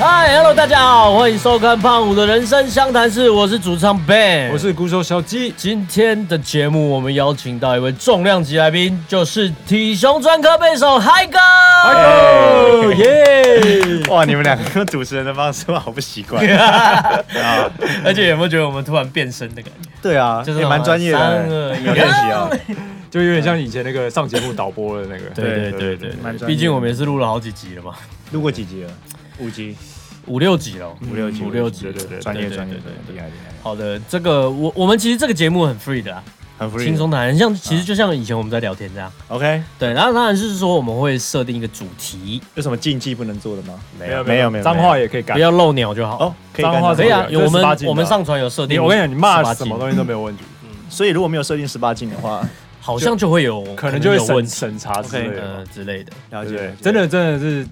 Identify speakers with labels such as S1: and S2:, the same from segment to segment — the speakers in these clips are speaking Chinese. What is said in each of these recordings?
S1: 嗨，Hello，大家好，欢迎收看《胖虎的人生相谈室》，我是主唱 Ben，
S2: 我是鼓手小鸡。
S1: 今天的节目，我们邀请到一位重量级来宾，就是体雄专科贝手嗨哥。
S2: 哦耶！
S3: 哇，你们两个用主持人的方式我好不习惯啊！
S1: 而且有没有觉得我们突然变身的感觉？
S3: 对啊，
S1: 就是
S3: 也蛮专业
S1: 三二
S3: 的，
S1: 一
S3: 有练习啊。
S2: 就有点像以前那个上节目导播的那个，
S1: 对
S3: 对
S1: 对对
S3: 对对
S1: 对
S3: 蛮专业
S1: 对，
S3: 的
S1: 毕竟我们也是录了好几集了嘛，
S3: 录过几集了？五集、
S1: 五六集了，
S3: 五六集、
S1: 五六集，
S3: 对对对，专业
S1: 对
S3: 专业，
S1: 对对对
S3: 厉害厉害，
S1: 好的，这个我我们其实这个节目很 free 的啊啦，
S3: 很 free，
S1: 轻松谈，很像其实就像以前我们在聊天这样。
S3: OK，
S1: 对，然后当然是说我们会设定一个主题，
S3: 有什么禁忌不能做的吗？
S2: 没有
S3: 没有没有，
S2: 脏话也可以改
S1: 不。要漏鸟就好。
S3: 哦，可以干
S2: 脏话
S3: 什
S1: 可
S3: 么
S1: 以啊，
S2: 这
S1: 有
S2: 是
S1: 我们
S2: 18禁的啊
S1: 我们上传有设
S2: 你
S1: 定，
S2: 我跟你讲，你骂
S1: 18
S2: 什
S1: 禁
S2: 么东西都没有问题，
S3: 所以如果没有设定十八禁的话，
S1: 好像就会有
S2: 可能就会
S1: 有问
S2: 审
S1: 题，
S2: 审查之类
S1: 呃
S2: 的。
S1: 之类的。
S3: 了
S2: 对
S3: 解
S2: 不对
S3: 了解，
S2: 真的真的是，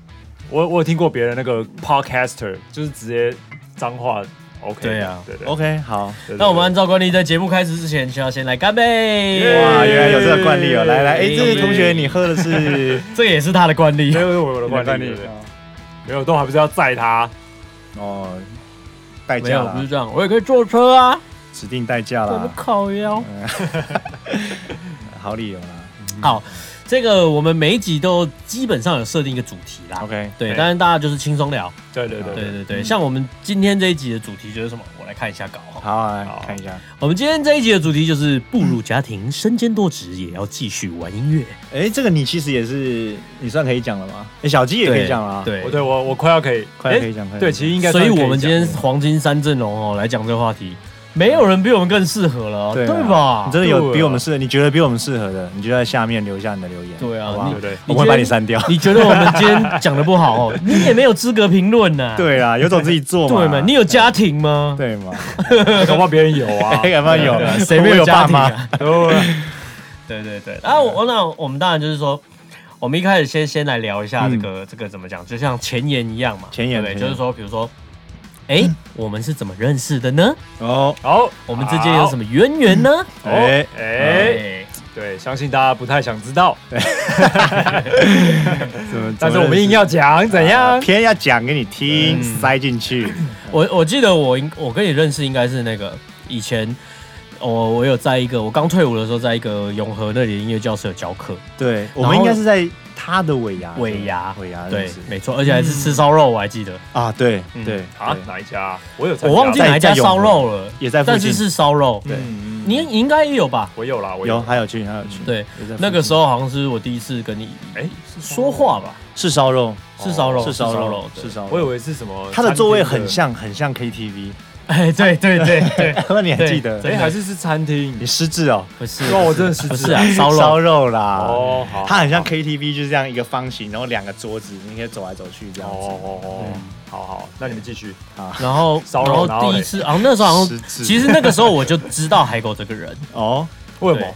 S2: 我我有听过别人那个 podcaster 就是直接脏话 OK。
S1: 对啊
S2: 对对。
S3: OK，好。
S2: 对
S1: 那我们按照惯例，在节目开始之前，就要先来干杯。
S2: 耶
S3: 哇，原来有这个惯例哦！来来，哎，
S1: 耶
S3: 这位同学，你喝的是
S1: 这也是他的惯例
S2: 没。有我的
S3: 你的
S2: 惯例，对对没有都还不是要载他。
S3: 哦，代
S1: 没
S3: 驾
S1: 有，不
S3: 啦
S1: 是，这样，我也可以坐车啊，
S3: 指定代驾
S1: 我们
S3: 啦，
S1: 烤腰。
S3: 好理由啦。
S1: 好，这个我们每一集都基本上有设定一个主题啦。
S3: OK，
S1: 对，
S2: 对
S1: 当然大家就是轻松聊。
S2: 对对对
S1: 啊对对对，
S3: 嗯
S1: 像我们今天这一集的主题就是什么？我来看一下稿哈。
S3: 好啊，
S2: 好
S3: 来看一下。
S1: 我们今天这一集的主题就是步入家庭，身兼多职也要继续玩音乐。
S3: 哎，这个你其实也是，你算可以讲了吗？哎，小鸡也可以讲了啊，，
S1: 对
S2: 我，对我我快要可以，
S3: 快
S2: 哎
S3: 可以讲，快
S2: 对，
S3: 可
S2: 其
S3: 讲
S2: 实应该
S1: 所
S2: 算
S1: 以
S2: 可讲。
S1: 我们今天黄金三阵容哦来讲这个话题，没有人比我们更适合了，
S3: 对
S1: 对
S3: 啊
S1: 吧
S3: 你？真的
S2: 对
S3: 有
S2: 啊
S3: 比我们适合，你觉得比我们适合的，你就在下面留下你的留言，
S1: 对啊
S3: 好不
S2: 对
S3: 好
S2: 不？对？
S3: 我会
S1: 今天
S3: 把你删掉。
S1: 你觉得我们今天讲的不好哦，你也没有资格评论呐。
S3: 对啦，有种自己做嘛，
S1: 对嘛，你有家庭吗？
S3: 对嘛？
S2: 搞不好别人有 啊，
S3: 哎，敢不敢有
S1: 对啊？
S3: 会
S1: 谁
S3: 不
S1: 没
S3: 会
S1: 有
S3: 有
S1: 家
S3: 爸
S1: 庭
S3: 妈？
S1: 啊？对
S2: 对
S1: 对对，然后我那我们当然就是说，我们一开始先先来聊一下这个、这个怎么讲，就像前言一样嘛，
S3: 前言
S1: 对不对，就
S3: 前言
S1: 是说，比如说，哎、我们是怎么认识的呢？
S3: 哦，
S2: 好，
S1: 我们之间有什么渊源呢？
S2: 好？
S3: 哎
S2: 哎哎，对，相信大家不太想知道，
S3: 怎么
S2: 但是我们硬要讲，怎样？
S3: 偏要讲给你听，塞进去。
S1: 我我记得我应我跟你认识应该是那个以前。我、我有在一个我刚退伍的时候，在一个永和那里的音乐教室有教课，
S3: 对，我们应该是在他的尾牙，
S1: 尾牙
S3: 尾牙
S1: 对
S3: 啊认识，
S1: 没错，而且还是吃烧肉，我还记得，
S3: 啊，对
S1: 嗯
S3: 对
S2: 啊
S3: 对，
S2: 哪一家啊？我有参加，
S1: 我忘记
S3: 在
S1: 哪一家
S3: 在永
S1: 烧
S3: 和
S1: 肉了，
S3: 也在附
S1: 但
S3: 近
S1: 是是烧肉，
S3: 对
S2: 嗯，
S1: 你你应该也有吧？
S2: 我有啦，我
S3: 有还有去还有去，
S1: 对，
S3: 也在附近
S1: 那个时候好像是我第一次跟你
S2: 哎，
S1: 说话吧，
S3: 是烧肉，
S1: 是烧肉，
S3: 哦是烧肉，
S1: 对
S3: 是烧
S2: 我以
S3: 肉。
S2: 为是什么，
S3: 哦他的座位很，像很像 KTV，
S1: 哎，对对对对，
S3: 呵， 你还
S1: 对
S3: 记得？
S1: 真
S2: 哎，
S1: 的
S2: 还是是餐厅
S3: 你，失智哦？
S1: 不是，
S2: 哇，我真的是
S1: 不是啊，烧
S3: 烧
S1: 肉，
S3: 肉啦。
S2: 哦，好，
S3: 它很像 KTV，就是这样一个方形，然后两个桌子，你可以走来走去这
S2: 哦
S3: 样子。
S2: 哦哦，好好，那你们继续，
S1: 然后
S2: 烧
S1: 然
S2: 肉然
S1: 后
S2: 后
S1: 第一
S2: 嘞
S1: 次，啊，那时候好像
S3: 食指
S1: 其实那个时候我就知道海狗这个人，
S3: 哦，
S2: 为什么？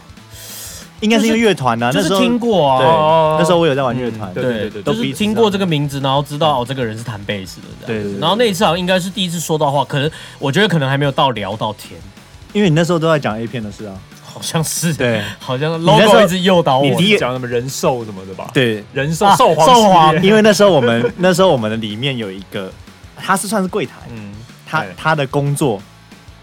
S3: 应该是一个乐团呐，
S1: 就
S3: 啊那
S1: 是
S3: 时候
S1: 听过
S3: 对，
S1: 啊，
S2: 哦
S3: 那时候我有在玩乐团
S2: 嗯，对
S1: 对就
S2: 对
S3: 都
S1: 是
S3: 彼此
S1: 听
S3: 知
S1: 过
S3: 道
S1: 这个名字，然后知道哦，这个人是弹贝斯的这样
S3: 对对
S1: 子。
S3: 对
S1: 然后那一次好像啊应该是第一次说到话，可能我觉得可能还没有到聊到天，
S3: 因为你那时候都在讲 A 片的事啊。
S1: 好像是，
S3: 对
S1: 好像
S3: 那时候
S1: logo 一直诱导我，
S2: 你
S3: 第
S2: 第
S3: 一
S2: 讲什么人兽什么的吧？，
S3: 对，
S2: 人兽
S1: 啊
S2: 兽皇
S1: 兽皇
S2: 系列
S3: 因为那时候我们那时候我们的里面有一个，他是算是柜台，
S1: 嗯，
S3: 他
S2: 对
S3: 他的工作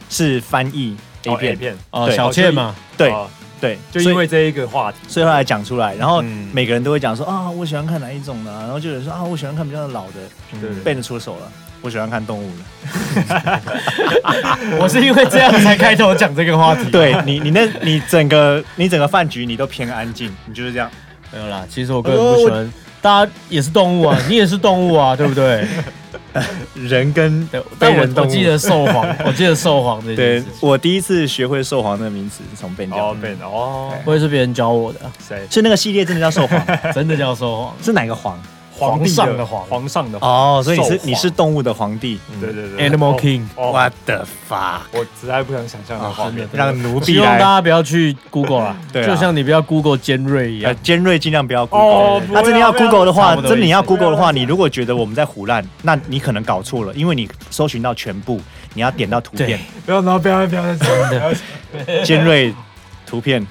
S3: 是翻译 A
S2: 哦 A
S3: 片，
S2: 片，
S1: 哦，
S3: 对
S1: 小倩嘛，
S3: 对
S2: 哦
S3: 对，
S2: 就
S3: 所以
S2: 因为这一个话题，
S3: 所以后来讲出来，然后
S2: 嗯
S3: 每个人都会讲说啊，我喜欢看哪一种的啊，然后就有人说啊，我喜欢看比较老的，
S2: 对对
S3: 被人出手了，我喜欢看动物的。哦
S1: 我是因为这样才开头讲这个话题。
S3: 对你，你那，你整个，你整个饭局，你都偏安静，你就是这样。
S1: 没有啦，其实我个人不喜
S3: 哦
S1: 欢，大家也是动 物啊，你也是动物啊，对不对？
S3: 人跟
S1: 对，
S3: 被
S1: 但我
S3: 人动
S1: 我
S3: 物
S1: 记得兽皇， 我记得兽皇这件
S3: 对
S1: 事情，
S3: 我第一次学会兽皇那个名词是从 Ben 教
S2: 哦
S3: 的，
S2: 被哦，
S1: 我也是别人教我的，啊
S2: 谁？
S3: 所以那个系列真的叫兽皇，
S1: 真的叫兽皇。
S3: 是哪个皇？啊
S1: 皇
S2: 帝
S1: 上的皇
S2: 皇上的皇，
S3: 哦，所以你
S2: 兽
S3: 是
S2: 皇
S3: 你是动物的皇帝。
S2: 对对对
S1: Animal
S2: 哦
S1: King
S2: 哦
S3: What the fuck？
S2: 我实在不想想
S3: 哦
S2: 象的画面
S1: 真。的
S3: 让奴婢
S1: 希望大
S3: 来，
S1: 家不要去 Google 啦，
S3: 对啊
S1: 就像你不要 Google 尖锐一
S3: 呃
S1: 样，，
S3: 尖锐尽量不要 Google。
S2: 哦不
S3: 那真的
S2: 要
S3: 要
S2: 不要
S3: Google 的
S1: 差
S3: 话，
S1: 不多
S3: 真的
S1: 意思
S3: 要 Google 的话，
S2: 不要
S3: 你如果觉得我们在胡乱，那你可能搞错了，因为你搜寻到全部，你要点到图
S1: 对
S3: 片，
S2: 不要，然后不要，不要再讲了。
S3: 尖锐图片，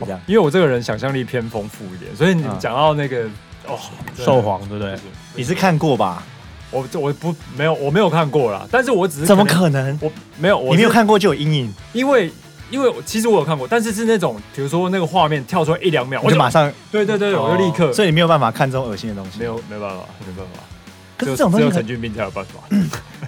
S3: 就这样。
S2: 因为我这个人想象力偏丰富一点，所以你
S3: 嗯
S2: 讲到那个哦，
S1: 兽皇对不对？
S3: 你是看过吧？
S2: 我这我不没有我没有看过啦，但是我只是
S3: 怎么可能？
S2: 我没有我
S3: 你没有
S2: 是
S3: 看过就有阴影，
S2: 因为因为其实我有看过，但是是那种比如说那个画面跳出来一两秒，
S3: 我就马上，
S2: 对对对，
S1: 哦
S2: 我就立刻
S3: 所以你没有办法看这种恶心的东西。
S2: 没有没办法没办法，
S3: 可是
S2: 只有
S3: 这种东
S2: 只
S3: 西
S2: 有
S3: 很
S2: 陈俊斌才有办法。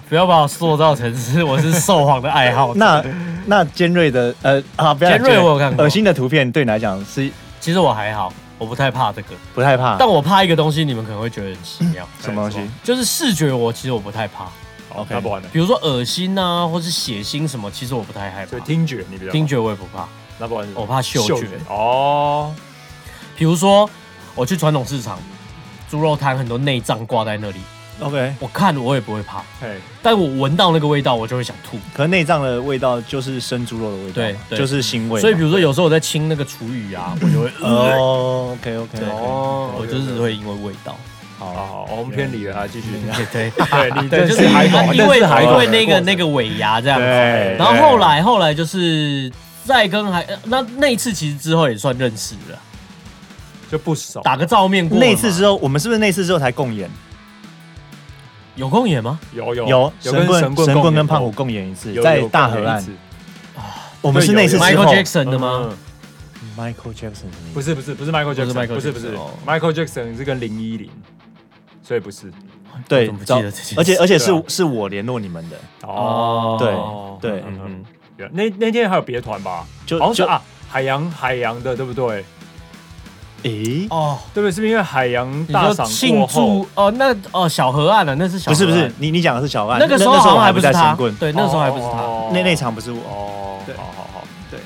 S1: 不要把我塑造成是我是受谎的爱好者。
S3: 那那尖锐的呃啊，不要
S1: 尖锐我有看过
S3: 恶心的图片对你来讲是
S1: 其实我还好，我不太怕这个，
S3: 不害怕，
S1: 但我怕一个东西，你们可能会觉得很奇妙，
S3: 什么东西？
S1: 就是视觉我其实我不太怕，
S2: 好，
S3: OK
S2: 那不玩了。
S1: 比如说恶心啊，或是血腥什么，其实我不太害怕
S2: 所以。听觉你比较
S1: 听觉我也不怕，
S2: 那不玩
S1: 我怕嗅觉。
S2: 哦，
S1: 比如说我去传统市场，猪肉摊很多内脏挂在那里，
S3: OK。
S1: 我看我也不会怕，
S2: 嘿，
S1: 但我闻到那个味道，我就会想吐。
S3: 可是内脏的味道就是生猪肉的味道嘛，
S1: 对对
S3: 就是腥味嘛。
S1: 所以比如说有时候我在清那个厨余啊，我就会，
S3: 哦，OK OK，
S1: 对
S2: 哦
S1: 我就是会因为味道。
S2: 好
S3: 好，
S2: 好，我们偏离了啊，继续。
S1: 对
S2: 对，你
S1: 对，
S2: 认
S1: 就
S2: 识
S1: 是
S2: 海狗，
S1: 因为
S2: 认识海狗
S1: 因为那
S2: 的过
S1: 个
S2: 程
S1: 那个尾牙这样子。
S3: 对。
S1: 然后后来后来就是再跟还呃那那一次其实之后也算认识了，
S2: 就不熟，
S1: 打个照面过了嘛。
S3: 那次之后，我们是不是那次之后才共演？
S1: 有空演吗？
S2: 有有
S3: 有
S2: 有
S3: 神棍、
S2: 棍
S3: 神棍跟胖
S2: 共
S3: 虎
S2: 演过
S3: 共演一次
S2: 有，
S3: 在
S2: 有
S3: 大
S2: 共
S3: 河
S2: 演一
S3: 岸
S2: 次。
S3: 我们是
S2: 对有
S3: 那次之
S1: Michael
S3: 后
S1: Jackson 的吗？
S2: 嗯？
S3: Michael Jackson 什么意思
S2: 不是不是不是 Michael
S1: 是
S2: Jackson，
S1: Michael
S2: 不是不是
S1: Jackson，哦
S2: Michael Jackson 是跟零一零，所以不是
S3: 嗯对
S1: 怎么不，记
S3: 找
S1: 得这件事
S3: 而且而且是
S2: 对啊
S3: 是我联络你们的，
S1: 哦
S3: 对对
S2: 嗯嗯
S1: 嗯，
S2: 嗯那那天还有别团吧？
S3: 就
S2: 好像是
S3: 就
S2: 啊，海洋海洋的对不对？
S3: 诶，
S1: 哦，
S2: 对不对？是不是因为海洋
S1: 你
S2: 大
S1: 说
S2: 赏
S1: 庆
S2: 过后？
S1: 祝哦，那哦小河岸了，那是小
S3: 不
S1: 河岸
S3: 是不是，，你你讲的是小安，
S1: 那个时候
S3: 那时候
S1: 好
S3: 我
S1: 像
S3: 还
S1: 不
S3: 不
S1: 是
S3: 在
S1: 他
S3: 神，棍，
S1: 对，那时候还不是他，
S2: 哦
S3: 那那场不是我，
S2: 哦，
S3: 对
S2: 好好好，
S3: 对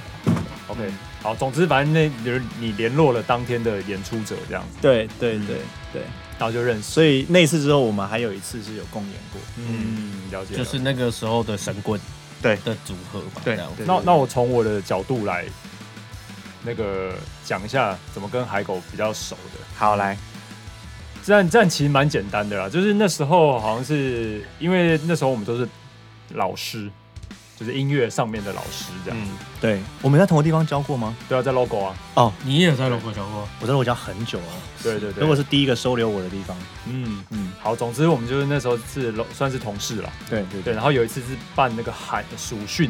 S2: ，OK，好，总之反正那就是你联络了当天的演出者这样子，
S3: 对对对对，
S2: 然后就认识，
S3: 所以那次之后，我们还有一次是有共演过，
S2: 嗯，了解，
S1: 就是那个时候的神棍
S3: 对
S1: 的组合嘛，
S3: 对
S1: 这样
S3: 对
S2: 那那我从我的角度来，那个讲一下怎么跟海狗比较熟的。
S3: 好来，
S2: 这样这样其实蛮简单的啦，就是那时候好像是因为那时候我们都是老师，就是音乐上面的老师这样。
S1: 嗯，
S3: 对，我们在同个地方教过吗？
S2: 对啊，在 logo 啊，
S1: 你也在龙口教过，
S3: 我在我教很久了，
S2: 对对对。
S3: 如果是第一个收留我的地方，
S2: 嗯，
S3: 嗯，
S2: 好，总之我们就是那时候是算是同事啦。
S3: 对对
S2: 对，，然后有一次是办那个海暑训，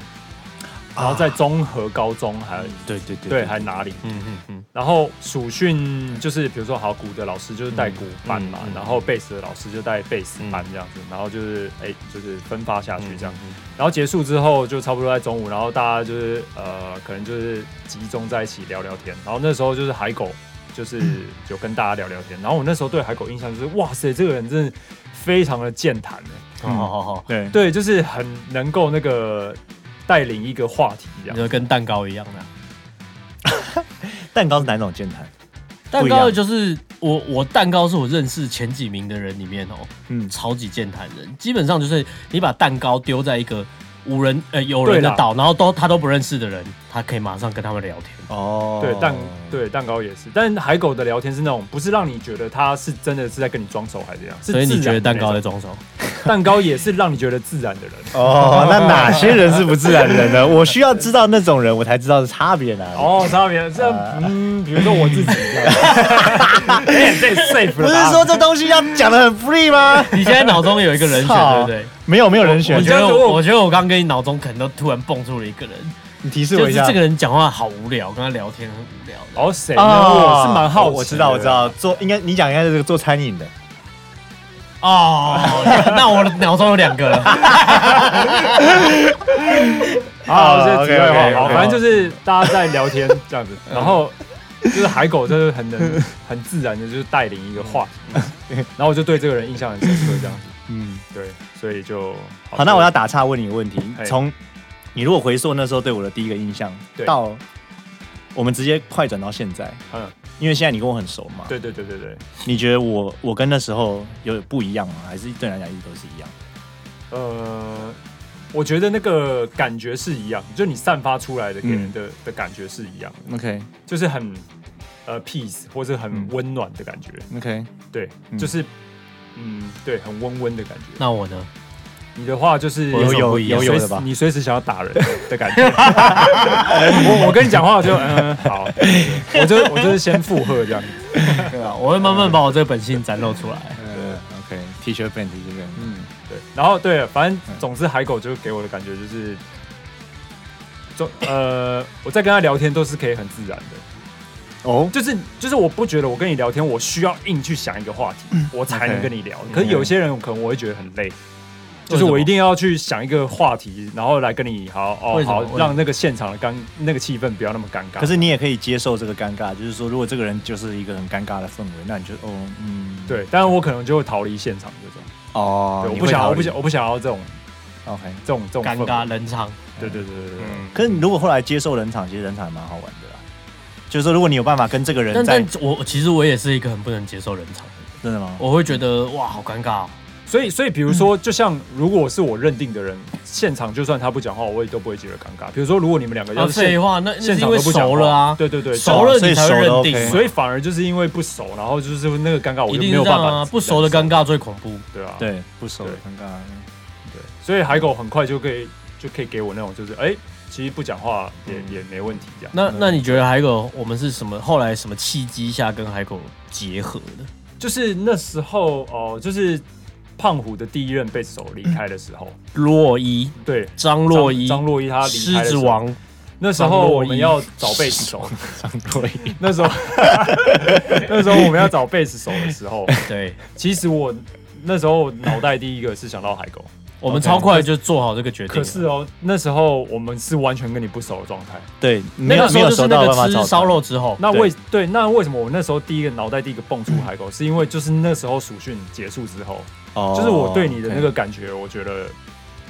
S2: 然后
S3: 啊
S2: 在综合高中还、
S3: 对对对
S2: 对还哪里，
S1: 嗯嗯嗯，
S2: 然后暑训就是，比如说好鼓的老师就是带鼓班嘛，
S1: 嗯嗯嗯
S2: 然后贝斯的老师就带贝斯班这样子，然后就是哎、就是分发下去
S3: 嗯
S1: 嗯
S2: 这样。然后结束之后就差不多在中午，然后大家就是呃，可能就是集中在一起聊聊天。然后那时候就是海狗，就是有跟大家聊聊天。然后我那时候对海狗印象就是，哇塞，这个人真的非常的健谈欸
S1: 好好好好，
S3: 对
S2: 对，就是很能够那个带领一个话题这
S1: 你
S2: 样。
S1: 就跟蛋糕一样的。
S3: 蛋糕是哪种键盘？
S1: 蛋糕就是我，我蛋糕是我认识前几名的人里面哦，
S3: 嗯，
S1: 超级健谈人。基本上就是你把蛋糕丢在一个无人呃有人的岛，然后都他都不认识的人，他可以马上跟他们聊天。
S3: 哦，
S2: 对蛋对蛋糕也是，但海狗的聊天是那种不是让你觉得他是真的是在跟你装熟还是怎样，是
S1: 所以你
S2: 自然
S1: 觉得蛋糕
S2: 的
S1: 在装
S2: 那
S1: 手？
S2: 种 蛋糕也是让你觉得自然的人。
S3: 哦，那哪些人是不自然人 呢？我需要知道那种人，我才知道差别哪里。
S2: 哦，差别这
S3: 啊
S2: 嗯，比如说我自己这样， 哎这 safe
S3: 不
S2: 了
S3: 是
S2: 吧，
S3: 说这东西要讲的很 free 吗？
S1: 你现在脑中有一个人选，对
S3: 操
S1: 不对？
S3: 没有没有人
S1: 我
S3: 选
S2: 你
S1: 觉
S2: 这，
S1: 得
S2: 样子
S1: 我，
S2: 我
S1: 我觉得我刚跟你脑中可能都突然蹦出了一个人，
S3: 你提示
S1: 就
S3: 我
S1: 是
S3: 一下
S1: 这。个人讲话好无聊，跟他聊天很无聊的。
S2: 哦谁呢？
S3: 啊
S2: 我是蛮好奇，
S3: 我知道我知，道，做应该你讲应该是这个做餐饮的，
S1: 哦，那我脑中有两个了。
S2: 好，这
S3: 啊
S2: 题外
S3: OK，OK，OK
S2: 话，好，反正就是大家在聊天这样子， 然后就是海狗就是很 能很自然的，就是带领一个话题， 然后我就对这个人印象很深刻，这样子，
S3: 嗯，
S2: 对，所以就
S3: 好，那我要打岔问你一个问题
S2: 嘿，
S3: 从你如果回溯那时候对我的第一个印象，
S2: 对
S3: 到我们直接快转到现在，
S2: 嗯，
S3: 因为现在你跟我很熟嘛，
S2: 对对对对对，
S3: 你觉得我我跟那时候有不一样吗？还是对你来讲一直都是一样？
S2: 呃，我觉得那个感觉是一样，就你散发出来的给
S3: 嗯
S2: 人的、的感觉是一样的，
S3: OK
S2: 就是很呃 peace 或者很
S3: 嗯
S2: 温暖的感觉，
S3: OK，
S2: 对，
S3: 嗯
S2: 就是嗯，对，很温温的感觉。
S1: 那我呢？
S2: 你的话就是
S3: 有有有有
S2: 随
S3: 的
S2: 时
S3: 吧
S2: 你随时想要打人的感觉。 我我跟你讲话我就嗯好，我就我就是先附和这样。
S1: 对啊，我会慢慢把我这个本性展露出来。
S3: 呃 OK，T 恤 band T 恤 band，
S2: 然后对，反正
S3: 嗯
S2: 总之海狗就是给我的感觉就是，就呃，我在跟他聊天都是可以很自然的，
S3: 哦，
S2: 就是就是我不觉得我跟你聊天，我需要硬去想一个话题，我才能
S3: OK
S2: 跟你聊。嗯可是有些人可能我会觉得很累，就是我一定要去想一个话题，然后来跟你好
S1: 为
S2: 哦
S1: 什么为什
S2: 好，
S1: 么
S2: 让那个现场的尴那个气氛不要那么尴尬。
S3: 可是你也可以接受这个尴尬，就是说，如果这个人就是一个很尴尬的氛围，那你就哦，嗯，
S2: 对，但是我可能就会逃离现场这种，
S3: 哦，
S2: 对，我
S3: 你
S2: 不
S3: 会
S2: 想
S3: 逃
S2: 我不
S3: 离
S2: 想我不想要这种
S3: OK。
S2: 这种这种
S1: 尴
S2: 氛围
S1: 尬。冷场，
S2: 对对对对对，
S1: 嗯，
S3: 可是你如果后来接受冷场，其实冷场也蛮好玩的啦。就是说，如果你有办法跟这个人
S1: 但
S3: 在
S1: 但我其实我也是一个很不能接受冷场的人，
S3: 真的
S2: 哦
S3: 吗？
S1: 我会觉得哇好尴尬、哦，
S2: 所以，所以比如说，就像如果是我认定的人，现场就算他不讲话，我也都不会觉得尴尬。比如说，如果你们两个
S1: 啊
S2: 要是现、
S1: 废话，那那是
S2: 现
S1: 因
S2: 场
S1: 为
S2: 都不讲
S1: 熟
S2: 话
S1: 了啊，
S2: 对对对，
S1: 熟了你才会认
S3: 所以熟
S1: 定
S3: 了
S1: 嘛，
S2: 所以反而就是因为不熟，然后就是那个尴尬，我
S1: 一
S2: 就
S1: 定
S2: 没
S1: 是
S2: 有
S1: 这
S2: 办
S1: 样
S2: 法
S1: 啊，不熟的尴
S2: 尬，
S1: 尬最恐怖。
S2: 对啊，
S3: 对，不熟
S2: 对
S3: 尴尬。
S2: 对，所以海狗很快就可以就可以给我那种就是哎、其实不讲话也、
S3: 嗯
S2: 也没问题这样。
S1: 那
S3: 嗯
S1: 那你觉得海狗我们是什么？后来什么契机下跟海狗结合的？
S2: 就是那时候哦、就是胖虎的第一任贝斯手离开的时候，
S1: 洛伊，
S2: 对，
S1: 嗯张洛伊，
S2: 张洛伊他离
S1: 狮
S2: 开的时
S1: 子
S2: 候，
S1: 王，
S2: 那时候我们要找贝斯手，
S3: 张若昀，
S2: 那时候， 那时候我们要找贝斯手的时候，
S1: 对
S2: 其实我那时候脑袋第一个是想到海狗，
S1: 我们超快就做好这个决
S3: 啊
S1: 定了。
S2: 可是哦，那时候我们是完全跟你不熟的状态。
S3: 对，
S1: 那
S3: 没有
S1: 个时
S3: 没
S1: 候
S3: 有
S1: 就是
S3: 熟
S1: 那
S3: 到
S1: 个
S3: 办法找
S1: 吃烧肉之后，
S2: 那
S3: 对
S2: 为对，那为什么我那时候第一个脑袋第一个蹦出海 狗，是因为就是那时候暑训结束之后，
S3: 哦
S2: 就是我对你的那个感觉，我觉得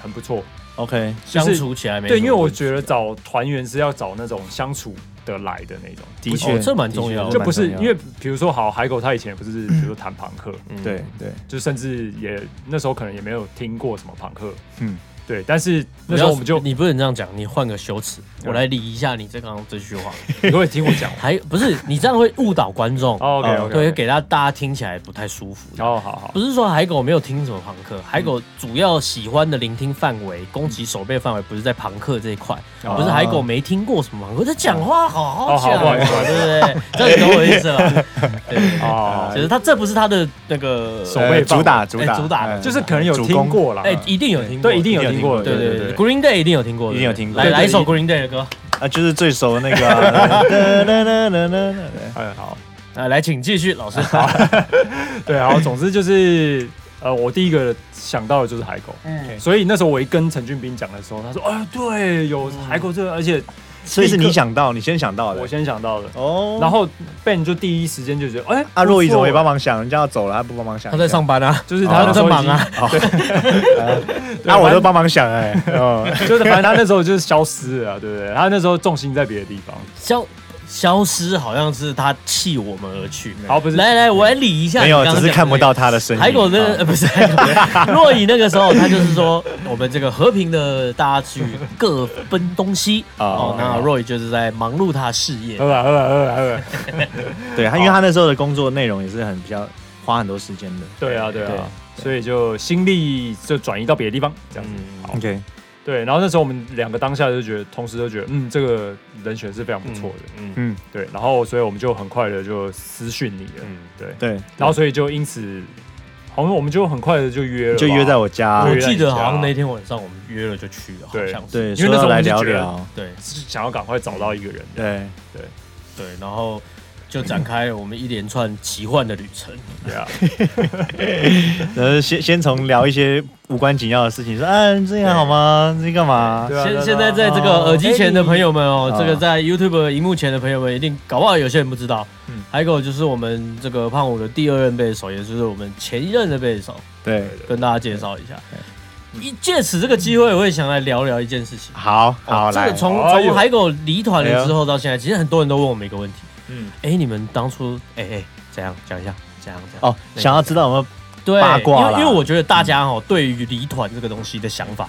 S2: 很不错。
S3: OK，
S1: 相
S2: 就是
S1: 处起来没
S2: 对，因为我
S1: 觉
S2: 觉得找团员是要找那种相处得来的那种，
S3: 的
S1: 哦
S3: 确，
S1: 这蛮重要的
S3: 的确
S2: 就不是
S3: 蛮重
S2: 因
S3: 要
S2: 为比如说好海狗他以前也不是，比如说弹朋克，
S1: 得
S3: 对对，
S2: 就甚至也那时候可能也没有听过什么朋克，
S3: 嗯，
S2: 对，但是
S1: 那
S2: 那时候我们就
S1: 你不能这样讲，你换个修辞，
S2: 嗯
S1: 我来理一下你这刚刚这句 话，
S2: 你会听我讲
S1: 还不是你这样会误导观众，
S2: 哦
S1: 嗯
S2: ，OK OK，
S1: 对，会给他大家听起来不太舒服。
S2: 哦，好好
S1: 不是说海狗没有听什么朋克，海
S2: 嗯
S1: 狗主要喜欢的聆听范围、攻击手背范围不是在朋克这一块，
S2: 哦
S1: 不是海狗没听过什么朋克，他讲话好好讲
S2: 哦好不好意思
S1: 嘛，对不对？这你懂我意思 吧？对，
S2: 哦
S1: 就是他这不是他的那个
S2: 手背
S3: 呃
S2: 放
S3: 主打
S1: 哎
S3: 主打
S1: 主打
S3: 哎
S2: 就是可能有听过啦，
S1: 哎，一定有听过，
S2: 对，一定有听过，
S1: 对
S2: 对
S1: 对
S2: 对
S1: 对，Green Day 一定有听过，
S3: 一定有
S1: 对不
S3: 听
S1: 对
S3: 过
S1: 来
S3: 对
S1: 来一首
S3: 对
S1: Green Day 的歌，
S3: 啊，就是最熟那个啊， 哒哒哒哒哒哒
S2: 哎，好，
S1: 啊，来，请继续，老师。
S2: 对，好，总之就是呃，我第一个想到的就是海狗。
S1: 嗯，
S2: 所以那时候我一跟陈俊斌讲的时候，他说：“哎，对，有海狗这个，而且
S3: 所以是你想到，你先想到的，
S2: 我先想到的。
S3: 哦”，
S2: 然后 Ben 就第一时间就觉得：“哎，
S3: 啊，若一怎么没
S2: 办
S3: 帮忙想？人家要走了，他不帮忙想，
S1: 他在，上班啊，
S2: 欸就是
S3: 哦
S2: 他那时
S1: 在
S2: 候已
S1: 忙
S2: 经
S1: 啊，
S2: 对
S3: 那啊我
S2: 反
S3: 都
S2: 正
S3: 帮忙想哎，哦，
S2: 就是反正他那时候就是消失了啊，对不对？他那时候重心在别的地方。
S1: 消消失好像是他弃我们而去。
S2: 好，不是
S1: 来来，我来理一下。
S3: 没有，只是看不。到他的身影。
S1: 海狗那个
S3: 啊
S1: 呃不是 洛伊那个时候，他就是说我们这个和平的大家去各奔东西
S3: 哦
S1: 哦
S3: 哦。
S1: 那
S3: 哦
S1: 洛伊就是在忙碌他事业
S3: 啊
S2: 喝，吧喝吧喝吧喝吧。
S3: 对他，因为他那时候的工作内容也是很比较花很多时间的。
S2: 对啊对啊，所以就心力就转移到别的地方，这样子。好
S3: ，OK，
S2: 对，然后那时候我们两个当下就觉得，同时就觉得，嗯，这个人选是非常不错的。
S1: 嗯
S3: 嗯，
S2: 对，然后所以我们就很快的就呃私讯你了。
S1: 嗯。
S2: 对，
S3: 对，
S2: 然后所以就因此，好像我们就很快的就约了吧，啊
S3: 就约在我家
S1: 我，
S2: 对
S1: 记得好像那天晚上我们约了就去了，好
S2: 对
S1: 像是
S3: 对，
S2: 因为
S3: 说
S2: 那时候
S3: 要
S2: 我
S3: 来
S2: 们就
S3: 聊
S2: 觉得
S3: 聊，
S1: 对
S2: 想要赶快找到一个人。
S3: 对，
S1: 对，然后就展开了我们一连串奇幻的旅程。
S2: 对啊，
S3: 然后先先从聊一些无关紧要的事情，说啊，你这样好吗？你干嘛？
S2: 对啊
S1: 现
S2: 对啊哎
S1: 现在在这个耳机前的朋友们哦
S3: 哦，
S1: 这个在 YouTube 荧幕前的朋友们，一定搞不好有些人不知道
S2: 嗯，
S1: 海狗就是我们这个胖虎的第二任贝斯手，也就是我们前一任的贝斯手，
S3: 对，
S1: 跟大家介绍一下。
S2: 哎
S1: 一借此这个机会，我也想来聊聊一件事情。
S3: 好
S1: 哦
S3: 好
S1: 这个
S3: 来，
S1: 从
S2: 哎呦哎
S1: 从海狗离团了之后到现在，其实很多人都问我们一个问题：
S2: 嗯，
S1: 哎，你们当初哎哎怎样讲一下？怎样怎样？
S3: 哦，想要知道有没有
S1: 对，
S3: 八卦
S1: 因
S3: 啦
S1: 为因为我觉得大家哦，对于离团这个东西的想法，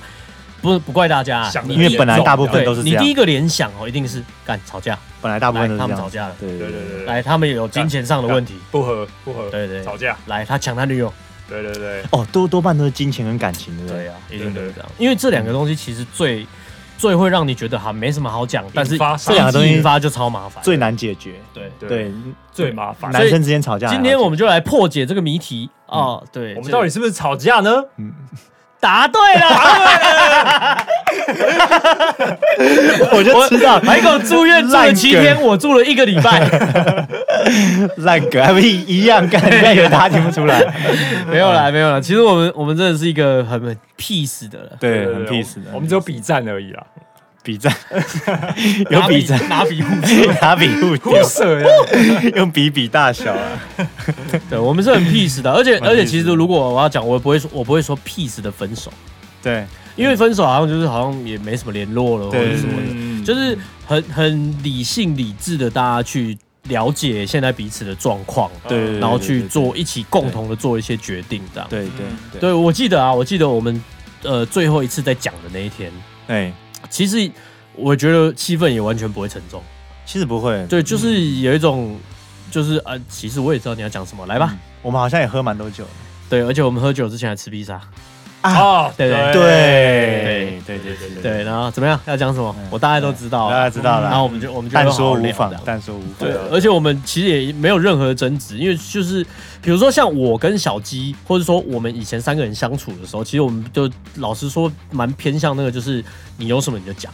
S1: 不不怪大家啊，
S2: 想得
S1: 你
S3: 因为本来大部分
S1: 对
S3: 都是这
S1: 你第一
S3: 样，
S1: 个联想哦，一定是干吵架，
S3: 本来大部
S1: 来
S3: 分都
S1: 他
S3: 是
S1: 们
S3: 这
S1: 吵架
S3: 样。
S1: 了，
S3: 对
S2: 对对对对，
S1: 来他们有金钱上的问题，
S2: 不合不合，
S1: 对对，
S2: 吵架，
S1: 来他抢他女友，
S2: 对对对，
S3: 哦，多多半都是金钱跟感情，对不
S1: 对
S3: 对？
S1: 啊，一定都
S2: 对
S1: 是
S2: 对
S1: 这样，因为这两个东西其实最最会让你觉得哈没什么好讲，但是
S2: 发
S1: 这
S2: 这
S1: 两
S3: 两
S1: 个
S3: 个
S1: 东西
S3: 东西
S1: 引发就超麻烦，
S3: 最难解决，
S1: 对。
S2: 对
S3: 对，
S2: 最麻烦。
S1: 所以
S3: 男生之间吵架还好解决。
S2: 嗯
S1: 今天我们就来破解这个谜题啊！对，
S2: 我们到底是不是吵架呢？
S3: 嗯
S1: 答对了，
S3: 我就知 道
S1: 还给我住院住了七
S3: 烂
S1: 天，
S3: 梗
S1: 我住了一个礼拜，
S3: 烂梗还不一一样干，人家以为大家听不出来。
S1: 没有
S3: 嗯
S1: 啦，没有啦。其实我们我们真的是一个很很 peace 的了，
S3: 对，
S2: 对
S3: 很 peace 的。
S2: 我们只有比战而已啦，啊
S3: 比战，有
S1: 拿
S3: 比战，
S1: 拿笔互
S3: 拿比互
S2: 不
S3: 丢，
S2: 舍呀，
S3: 用比比大小啊。
S1: 对，我们是很 peace 的，而且
S3: 蛮
S1: 而且
S3: peace
S1: 其实
S3: 的
S1: 如果我要讲，我不会说我不会说 peace 的分手，
S3: 对，
S1: 因为分手好像就是好像也没什么联络了或
S3: 对
S1: 者
S3: 对
S1: 什么的，
S2: 嗯
S1: 就是很很理性理智的大家去了解现在彼此的状况，
S3: 对对对
S1: 然后去做一起共同的做一些决定这样。
S3: 对对对，
S1: 对，我记得啊，我记得我们呃最后一次在讲的那一天，
S3: 哎，
S1: 其实我觉得气氛也完全不会沉重，
S3: 其实不会。
S1: 对，就是有一种就是呃，其实我也知道你要讲什么，来吧。
S3: 我们好像也喝蛮多酒的。
S1: 对，而且我们喝酒之前还吃披萨，
S2: 啊，
S1: 对对
S3: 对对对对嗯
S1: 对，然后怎么样？要讲什么？我大概都知道
S3: 大
S1: 啊，
S3: 家知道
S1: 然后
S3: 了。
S1: 我们就我们就
S3: 但
S1: 会好好
S3: 说无
S1: 聊
S3: 妨
S1: 这，样
S3: 但说无妨
S1: 对。，而且我们其实也没有任何争执，因为就是比如说像我跟小鸡，或者说我们以前三个人相处的时候，其实我们就老实说蛮偏向那个，就是你有什么你就讲，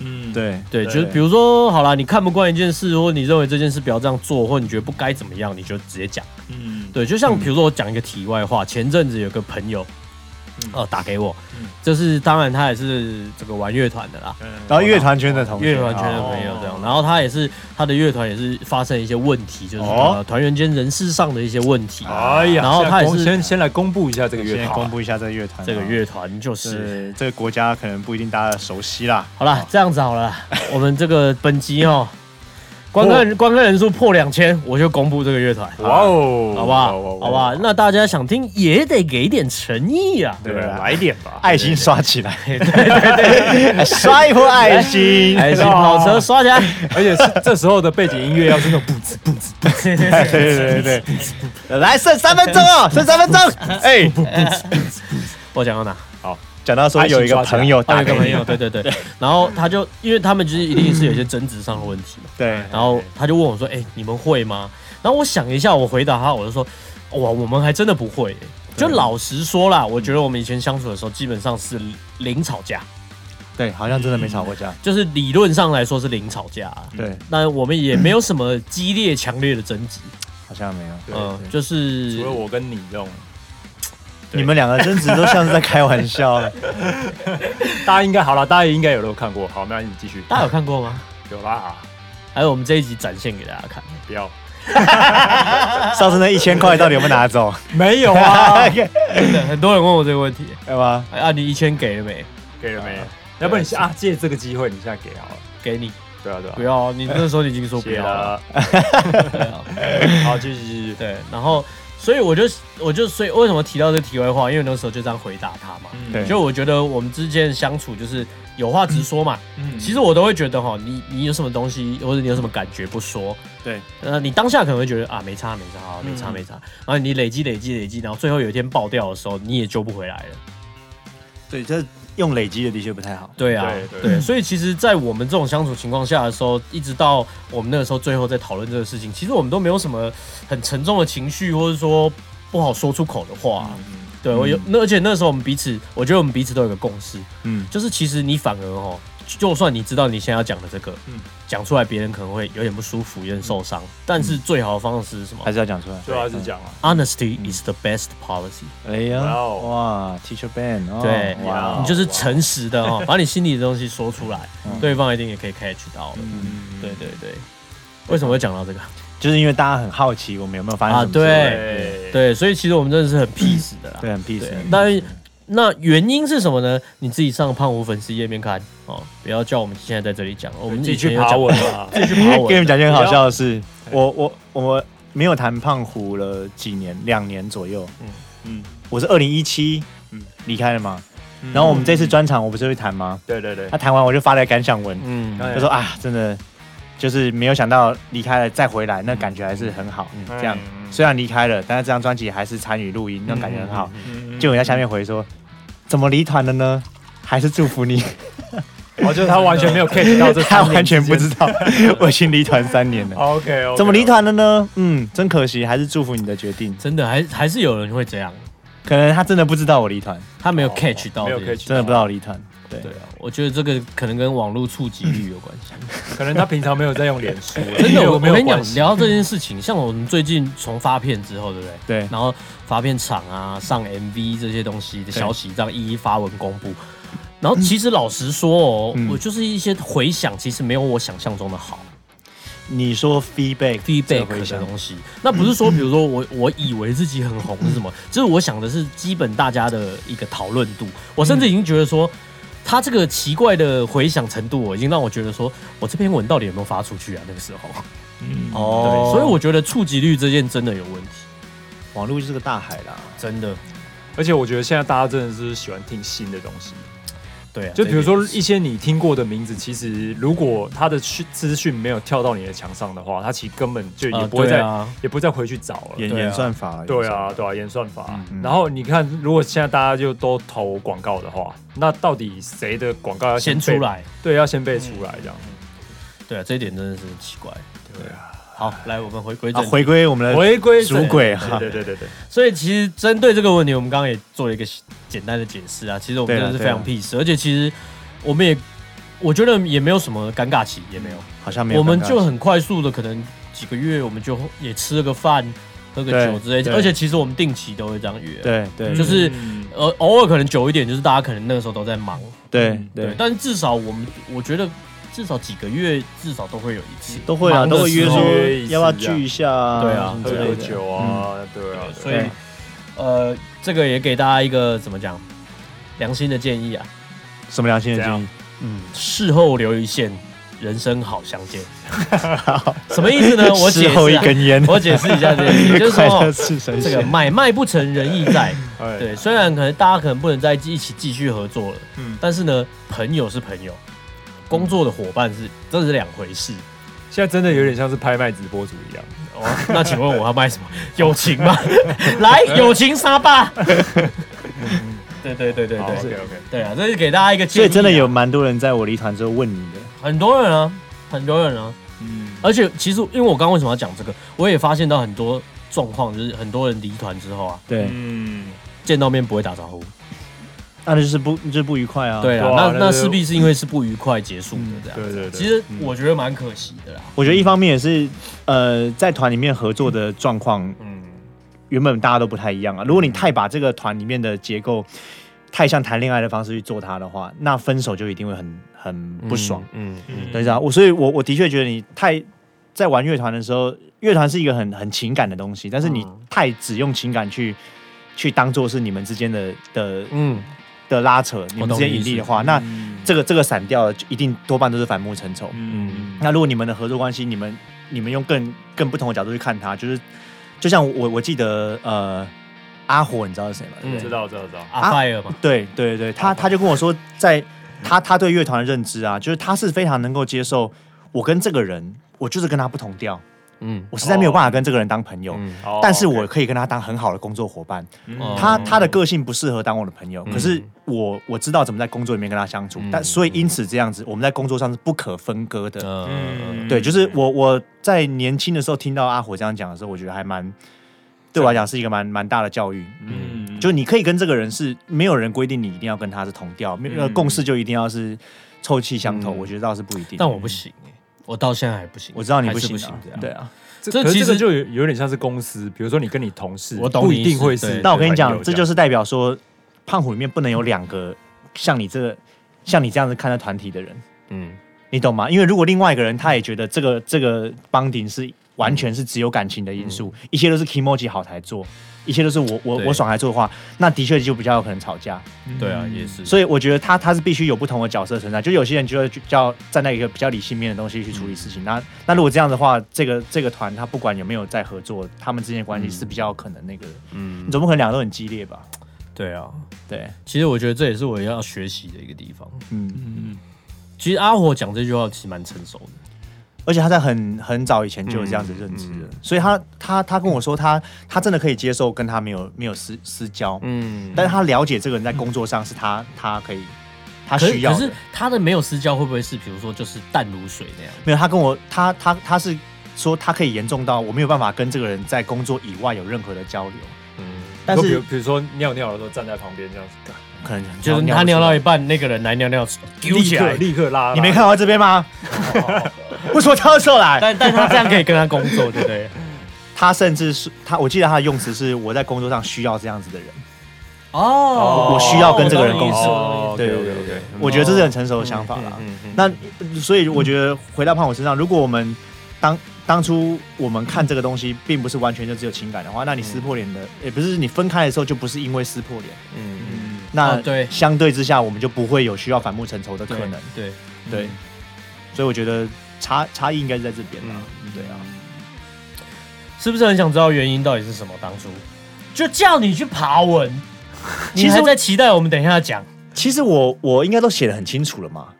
S2: 嗯，
S3: 对
S1: 对，
S2: 对
S1: 就是比如说好啦，你看不惯一件事，或你认为这件事不要这样做，或你觉得不该怎么样，你就直接讲。
S2: 嗯，
S1: 对，就像比如说我讲一个题外话，前阵子有个朋友，呃，打给我
S2: 嗯，
S1: 就是当然他也是这个玩乐团的啦，
S2: 嗯，
S3: 然后乐团圈的同学，
S1: 乐团圈的朋友这样，然后他也是他的乐团也是发生一些问题，就是
S3: 哦
S1: 呃团员间人事上的一些问题。啊
S2: 哎呀，
S1: 然后他也是
S2: 现在公先先来公布一下这个
S3: 现
S2: 乐
S3: 在
S2: 团
S3: 公，布一下这个乐团啊，
S1: 这个乐团就是
S3: 是这个国家可能不一定大家熟悉啦。
S1: 好啦，这样子好了啦，我们这个本集哦，观看观看人数破两千，我就公布这个乐团，
S2: 哇哦，
S1: 好不好？好不好？那大家想听也得给点诚意啊。
S2: 对，
S3: 对哎啊
S2: 来一点吧，
S3: 爱心刷起来，对对对，刷一波爱心，
S1: 开心跑车刷起来，
S2: 而且是这时候的背景音乐要是那种
S3: 对对对对，来剩三分钟哦，剩三分钟。哎，
S1: 我讲到哪？
S3: 讲到说有一个朋友
S1: 还有
S3: 打
S1: 一个
S3: 给
S1: 朋
S3: 你，
S1: 友，对对对，然后他就因为他们就是一定是有一些争执上的问题嘛。
S3: 对，
S1: 然后他就问我说：“哎、你们会吗？”然后我想一下，我回答他，我就说：“哇，我们还真的不会、欸。”就老实说啦，我觉得我们以前相处的时候，基本上是零吵架，
S3: 对，好像真的没吵过架，
S1: 就是理论上来说是零吵架、啊。
S3: 对，
S1: 但我们也没有什么激烈、强烈的争执，
S3: 好像没有。
S2: 对
S1: 嗯，
S2: 对
S1: 就是
S2: 除了我跟你这种，
S3: 你们两个争执都像是在开玩 笑，
S2: 大家应该好了，大家应该有都看过，好，那你继续，
S1: 大家有看过吗？
S2: 有啦，
S1: 还有我们这一集展现给大家看，
S2: 不要，
S3: 上次那一千块到底有没有拿走？
S2: 没有啊，
S1: 真的很多人问我这个问题，
S3: 对吧？
S1: 哎啊，你一千给了没？
S2: 给了没？要不然你先啊，借这个机会，你现在给好了，
S1: 给你，
S2: 对啊对啊
S1: 不，要啊，你那时候你已经说不
S2: 谢
S1: 要了，
S2: 了，
S1: 对啊
S2: 好，继续继续，
S1: 对，然后所以我就我就所以为什么提到这题外话，因为那时候就这样回答他嘛。
S2: 嗯
S3: 对
S1: 就我觉得我们之间的相处就是有话直说嘛。
S2: 嗯
S1: 其实我都会觉得哈，你你有什么东西或者你有什么感觉不说，
S3: 对，
S1: 呃，你当下可能会觉得啊没差没差啊没差
S2: 嗯
S1: 没差，然后你累积累积累积，然后最后有一天爆掉的时候，你也救不回来了。
S3: 对，这用累积的的确不太好。
S1: 对啊，
S2: 对
S1: 对，所以其实，在我们这种相处情况下的时候，一直到我们那个时候最后在讨论这个事情，其实我们都没有什么很沉重的情绪，或者说不好说出口的话。
S2: 嗯
S1: 对我有，那而且那时候我们彼此，我觉得我们彼此都有个共识，
S3: 嗯，
S1: 就是其实你反而哦，就算你知道你现在要讲的这个
S2: 嗯，
S1: 讲、出来别人可能会有点不舒服，有点受伤，但是最好的方式是什么
S3: 还是要讲出来。
S2: 最后还是讲啊，
S1: ？Honesty is the best policy。
S3: 哎呀，
S2: 哇
S3: 哇，Teacher Ben，哦
S1: 对
S3: 哇
S1: 你
S2: 哦
S1: 就是
S2: 哇
S1: 诚实的哦，把你心里的东西说出来，
S3: 嗯
S1: 对方一定也可以 catch 到的。
S2: 嗯，
S1: 对对对，为什么会讲到这个？
S3: 就是因为大家很好奇我们有没有发生什么事
S1: 啊对
S2: 对，
S1: 对，所以其实我们真的是很 peace 的啦。
S3: 对，很 peace
S1: 对。那那原因是什么呢？你自己上胖虎粉丝页面看哦，不要叫我们现在在这里讲，我们
S2: 自己
S1: 以前
S2: 去
S1: 有
S2: 爬
S1: 讲
S2: 文 啊，
S1: 自己去爬
S3: 跟你
S1: 文的。
S3: 们讲件很好笑的事，我我我没有谈胖虎了几年，两年左右。嗯嗯
S2: 嗯，
S3: 我是二零一七
S2: 嗯
S3: 离开了嘛，然后我们这次专场我不是会谈吗？
S2: 对对对
S3: 他，谈完我就发了感想文，
S1: 嗯，
S2: 哎
S3: 他说啊，真的就是没有想到离开了再回来，那感觉还是很好。这样
S2: 嗯
S3: 虽然离开了，但是这张专辑还是参与录音，那种感觉很好。
S2: 嗯
S3: 就有人在下面回说，怎么离团了呢？还是祝福你，
S2: 哦，就是他完全没有 catch 到这
S3: 他
S2: 三
S3: 完
S2: 年之间，
S3: 全不知道， 我已经离团三年 了。
S2: OK，
S3: 怎么离？团了呢？嗯，真可惜，还是祝福你的决定。
S1: 真的还还是有人会这样。
S3: 可能他真的不知道我离团，
S1: 他没有
S2: 哦
S1: catch 到
S2: 没
S1: 这
S2: 有
S1: 件事，
S2: catch
S3: 真的不知道我离团。对
S1: 对啊，我觉得这个可能跟网络触及率有关系。
S2: 可能他平常没有在用脸书，
S1: 真
S2: 因为
S1: 的，我
S2: 没有
S1: 跟你讲
S2: 关，系
S1: 聊到这件事情，像我们最近从发片之后，对不对？
S3: 对，
S1: 然后发片场啊、上 MV 这些东西的消息，这样一一发文公布。然后其实老实说哦，
S3: 嗯
S1: 我就是一些回想，其实没有我想象中的好
S3: 你说 feedback 这
S1: feedback
S3: 个回
S1: 的
S3: 响，
S1: 东西。那不是说，比如说我我以为自己很红是什么？就是我想的是基本大家的一个讨论度。我甚至已经觉得说，他这个奇怪的回响程度，我已经让我觉得说我这篇文到底有没有发出去啊？那个时候，
S2: 嗯
S1: 对，
S3: 哦，
S1: 所以我觉得触及率这件真的有问题，
S3: 网络就是个大海啦。
S1: 真的。
S2: 而且我觉得现在大家真的是喜欢听新的东西，
S1: 对啊，
S2: 就比如
S1: 这
S2: 说
S1: 个也是
S2: 一些你听过的名字，其实如果他的讯资讯没有跳到你的墙上的话，他其实根本就也
S1: 呃
S2: 不会
S1: 对
S2: 再、
S1: 啊
S2: 也不会再回去找了。
S3: 演
S1: 对啊
S3: 演算法，
S2: 对
S3: 演算
S2: 啊，
S3: 法，
S2: 对啊，演算法。
S3: 嗯
S2: 然后你看，如果现在大家就都投广告的话，那到底谁的广告要
S1: 先
S2: 被
S1: 出？来，
S2: 对，要先背出来这样。
S1: 对啊，这一点真的是很奇怪。
S2: 对啊，
S1: 好，来我们回归
S3: 啊，
S1: 正题。
S3: 回归我们
S1: 呃
S3: 的
S2: 回归
S3: 主轨啊，
S2: 对对对对
S1: 所以其实针对这个问题，我们刚刚也做了一个简单的解释啊。其实我们
S3: 对啊
S1: 真的是非常
S3: 对
S1: peace，而且其实我们也我觉得也没有什么尴尬期，也没有，
S3: 好像没有
S1: 我
S3: 尴尬性，
S1: 们就很快速的，可能几个月我们就也吃了个饭，喝个
S3: 对
S1: 酒之类的。
S3: 对
S1: 而且其实我们定期都会这样约。
S3: 对
S2: 对，
S3: 对，
S1: 就
S3: 就是
S2: 嗯
S1: 呃，偶尔可能久一点，就是大家可能那个时候都在忙，
S3: 对
S1: 对
S3: 对，，
S1: 但是至少我们，我觉得至少几个月至少都会有一次，
S3: 都会啊，
S1: 忙的
S3: 都会约
S1: 时候
S2: 约
S3: 说
S2: 一次
S3: 要不要聚一下啊，
S1: 对啊
S3: 什么
S2: 喝
S3: 之类
S2: 喝
S3: 的
S2: 酒，啊，对啊，
S1: 所
S2: 对
S1: 以
S2: 啊
S3: 对
S1: 呃，这个也给大家一个怎么讲，良心的建议啊，
S3: 什么良心的
S2: 怎
S3: 建
S2: 样
S3: 议？
S1: 嗯，事后留一线，人生好相 见。什么意思呢？我解释、
S3: 事后一
S1: 啊，
S3: 根 烟，
S1: 我解释一下这个意 思，就是
S3: 快乐
S1: 说
S3: 是神
S1: 这个
S3: 仙，
S1: 买卖不成仁义 在。
S2: 哎
S1: 对，虽然可能大家可能不能在一起继续合作了，
S2: 嗯
S1: 但是呢，朋友是朋友，工作的伙伴是这是两回事。
S2: 现在真的有点像是拍卖直播主一样，
S1: 哦，那请问我要卖什么？友情 吗？来，友情沙巴。对对对对
S2: 好
S1: 对，
S2: ，OK，OK
S1: 对啊，这是给大家一个建
S3: 所
S1: 议、
S3: 以真的有蛮多人在我离团之后问你的，
S1: 很多人啊，很多人啊，
S2: 嗯，
S1: 而且其实因为我刚刚为什么要讲这个，我也发现到很多状况，就是很多人离团之后啊，
S3: 对，
S2: 嗯，
S1: 见到面不会打招呼。
S3: 那就是不就是不愉快啊。
S1: 对啊，
S2: 哇
S1: 那
S2: 那
S1: 那
S2: 是
S1: 势必是因为是不愉快结束的这样。
S2: 对对对，
S1: 其实
S2: 嗯
S1: 我觉得蛮可惜的啦。
S3: 我觉得一方面也是，呃，在团里面合作的状况，
S2: 嗯，
S3: 原本大家都不太一样啊。如果你太把这个团里面的结构太像谈恋爱的方式去做它的话，那分手就一定会很很不爽。
S1: 嗯，嗯
S2: 嗯
S3: 对啊，我所以我，我的确觉得你太在玩乐团的时候，乐团是一个很很情感的东西，但是你
S1: 嗯
S3: 太只用情感去去当做是你们之间的的
S1: 嗯，
S3: 的拉扯，你们之间
S1: 你意
S3: 盈利
S1: 思
S3: 的话，那
S2: 嗯
S3: 这个这个散掉了，就一定多半都是反目成仇。
S2: 嗯
S3: 那如果你们的合作关系，你们你们用更更不同的角度去看它，就是就像我我记得呃阿火，你知道是谁吗？对不
S1: 嗯
S3: 对
S2: 知道知道知道，
S1: 阿拜尔嘛，
S3: 对对对，他他就跟我说，在他他对乐团的认知 啊，就是他是非常能够接受我跟这个人，我就是跟他不同调，
S1: 嗯
S3: 我实在没有办法跟这个人当朋友。
S1: 嗯
S2: 哦
S3: 但是我
S2: OK
S3: 可以跟他当很好的工作伙伴，
S1: 哦
S2: 嗯
S3: 他他的个性不适合当我的朋友，
S1: 嗯
S3: 可是我我知道怎么在工作里面跟他相处，
S1: 嗯
S3: 但所以因此这样子，我们在工作上是不可分割的。
S1: 嗯，
S3: 对，就是我我在年轻的时候听到阿火这样讲的时候，我觉得还蛮对我来讲是一个蛮蛮大的教育。
S2: 嗯
S3: 就你可以跟这个人是没有人规定你一定要跟他是同调，没有、呃
S2: 嗯
S3: 共事就一定要是臭气相投，
S1: 嗯
S3: 我觉得倒是不一定。
S1: 但我不行欸我到现在还不行。
S3: 我知道你
S1: 还是不
S3: 行啊，
S1: 行这样。
S3: 对啊。
S2: 这
S1: 这
S2: 可是
S1: 其
S2: 这个
S1: 实
S2: 就有有点像是公司，比如说你跟你同事，
S1: 我懂
S2: 不
S1: 你
S2: 一
S1: 意
S2: 定
S1: 思
S2: 会
S1: 对
S2: 是。
S3: 那我跟你讲，这就是是代表说，胖虎里面不能有两个像你这个像你这样子看待团体的人，
S1: 嗯，
S3: 你懂吗？因为如果另外一个人他也觉得这个这个帮顶是完全是只有感情的因素，一切都是 k i m o j i 好才做，一切都是我我
S1: 对
S3: 我爽才做的话，那的确就比较有可能吵架。
S1: 对啊，也是。
S3: 嗯所以我觉得他他是必须有不同的角色存在，就有些人就会比较站在一个比较理性面的东西去处理
S1: 嗯
S3: 事情。那那如果这样的话，这个这个团他不管有没有在合作，他们之间的关系是比较有可能那个的，
S1: 嗯
S3: 你，总不可能两个都很激烈吧？
S1: 对啊。
S3: 对，
S1: 其实我觉得这也是我要学习的一个地方。
S3: 嗯，
S2: 嗯，
S1: 其实阿火讲这句话其实蛮成熟的，
S3: 而且他在很很早以前就有这样子认知
S1: 嗯
S3: 了，所以他他他跟我说他他真的可以接受跟他没有没有私私交，
S1: 嗯
S3: 但是他了解这个人在工作上是他他可以他
S1: 可是
S3: 需
S1: 可
S3: 要的
S1: 是。他的没有私交会不会是比如说就是淡如水那样？
S3: 没有，他跟我他他他是说他可以严重到我没有办法跟这个人在工作以外有任何的交流。
S1: 嗯，
S3: 但
S2: 就比
S3: 是
S2: 如比如说尿尿的时候站在旁边这样子，
S3: 可能
S1: 就是他尿到一半，那个人来尿 尿丢
S2: 立
S1: 起
S2: 刻
S1: 来，
S2: 立刻拉，
S3: 你没
S2: 拉
S3: 看到这边吗？
S1: 哦
S3: 为什么他要出来？
S1: 但但他这样可以跟他工作，对不 对？
S3: 他甚至是他，我记得他的用词是我在工作上需要这样子的人。
S1: 哦
S3: 我需要跟这个人共事
S2: 哦
S1: 哦
S3: 对
S2: ，OK OK OK，
S3: 我觉得这是很成熟的想法啦。
S2: 嗯嗯，
S3: 那所以我觉得回到胖虎身上，如果我们当当初我们看这个东西，并不是完全就只有情感的话，那你撕破脸
S1: 嗯
S3: 的，也不是你分开的时候就不是因为撕破脸，
S2: 嗯嗯
S3: 那
S1: 哦对
S3: 相对之下，我们就不会有需要反目成仇的可
S1: 对
S3: 能。
S1: 对，嗯
S3: 对，所以我觉得差差异应该是在这
S2: 嗯
S3: 边啦。
S1: 嗯
S3: 对啊，
S1: 是不是很想知道原因到底是什么？当初就叫你去爬文，
S3: 其
S1: 你
S3: 实
S1: 还在期待我们等一下讲。
S3: 其实我我应该都写的很清楚了嘛。
S1: 嗯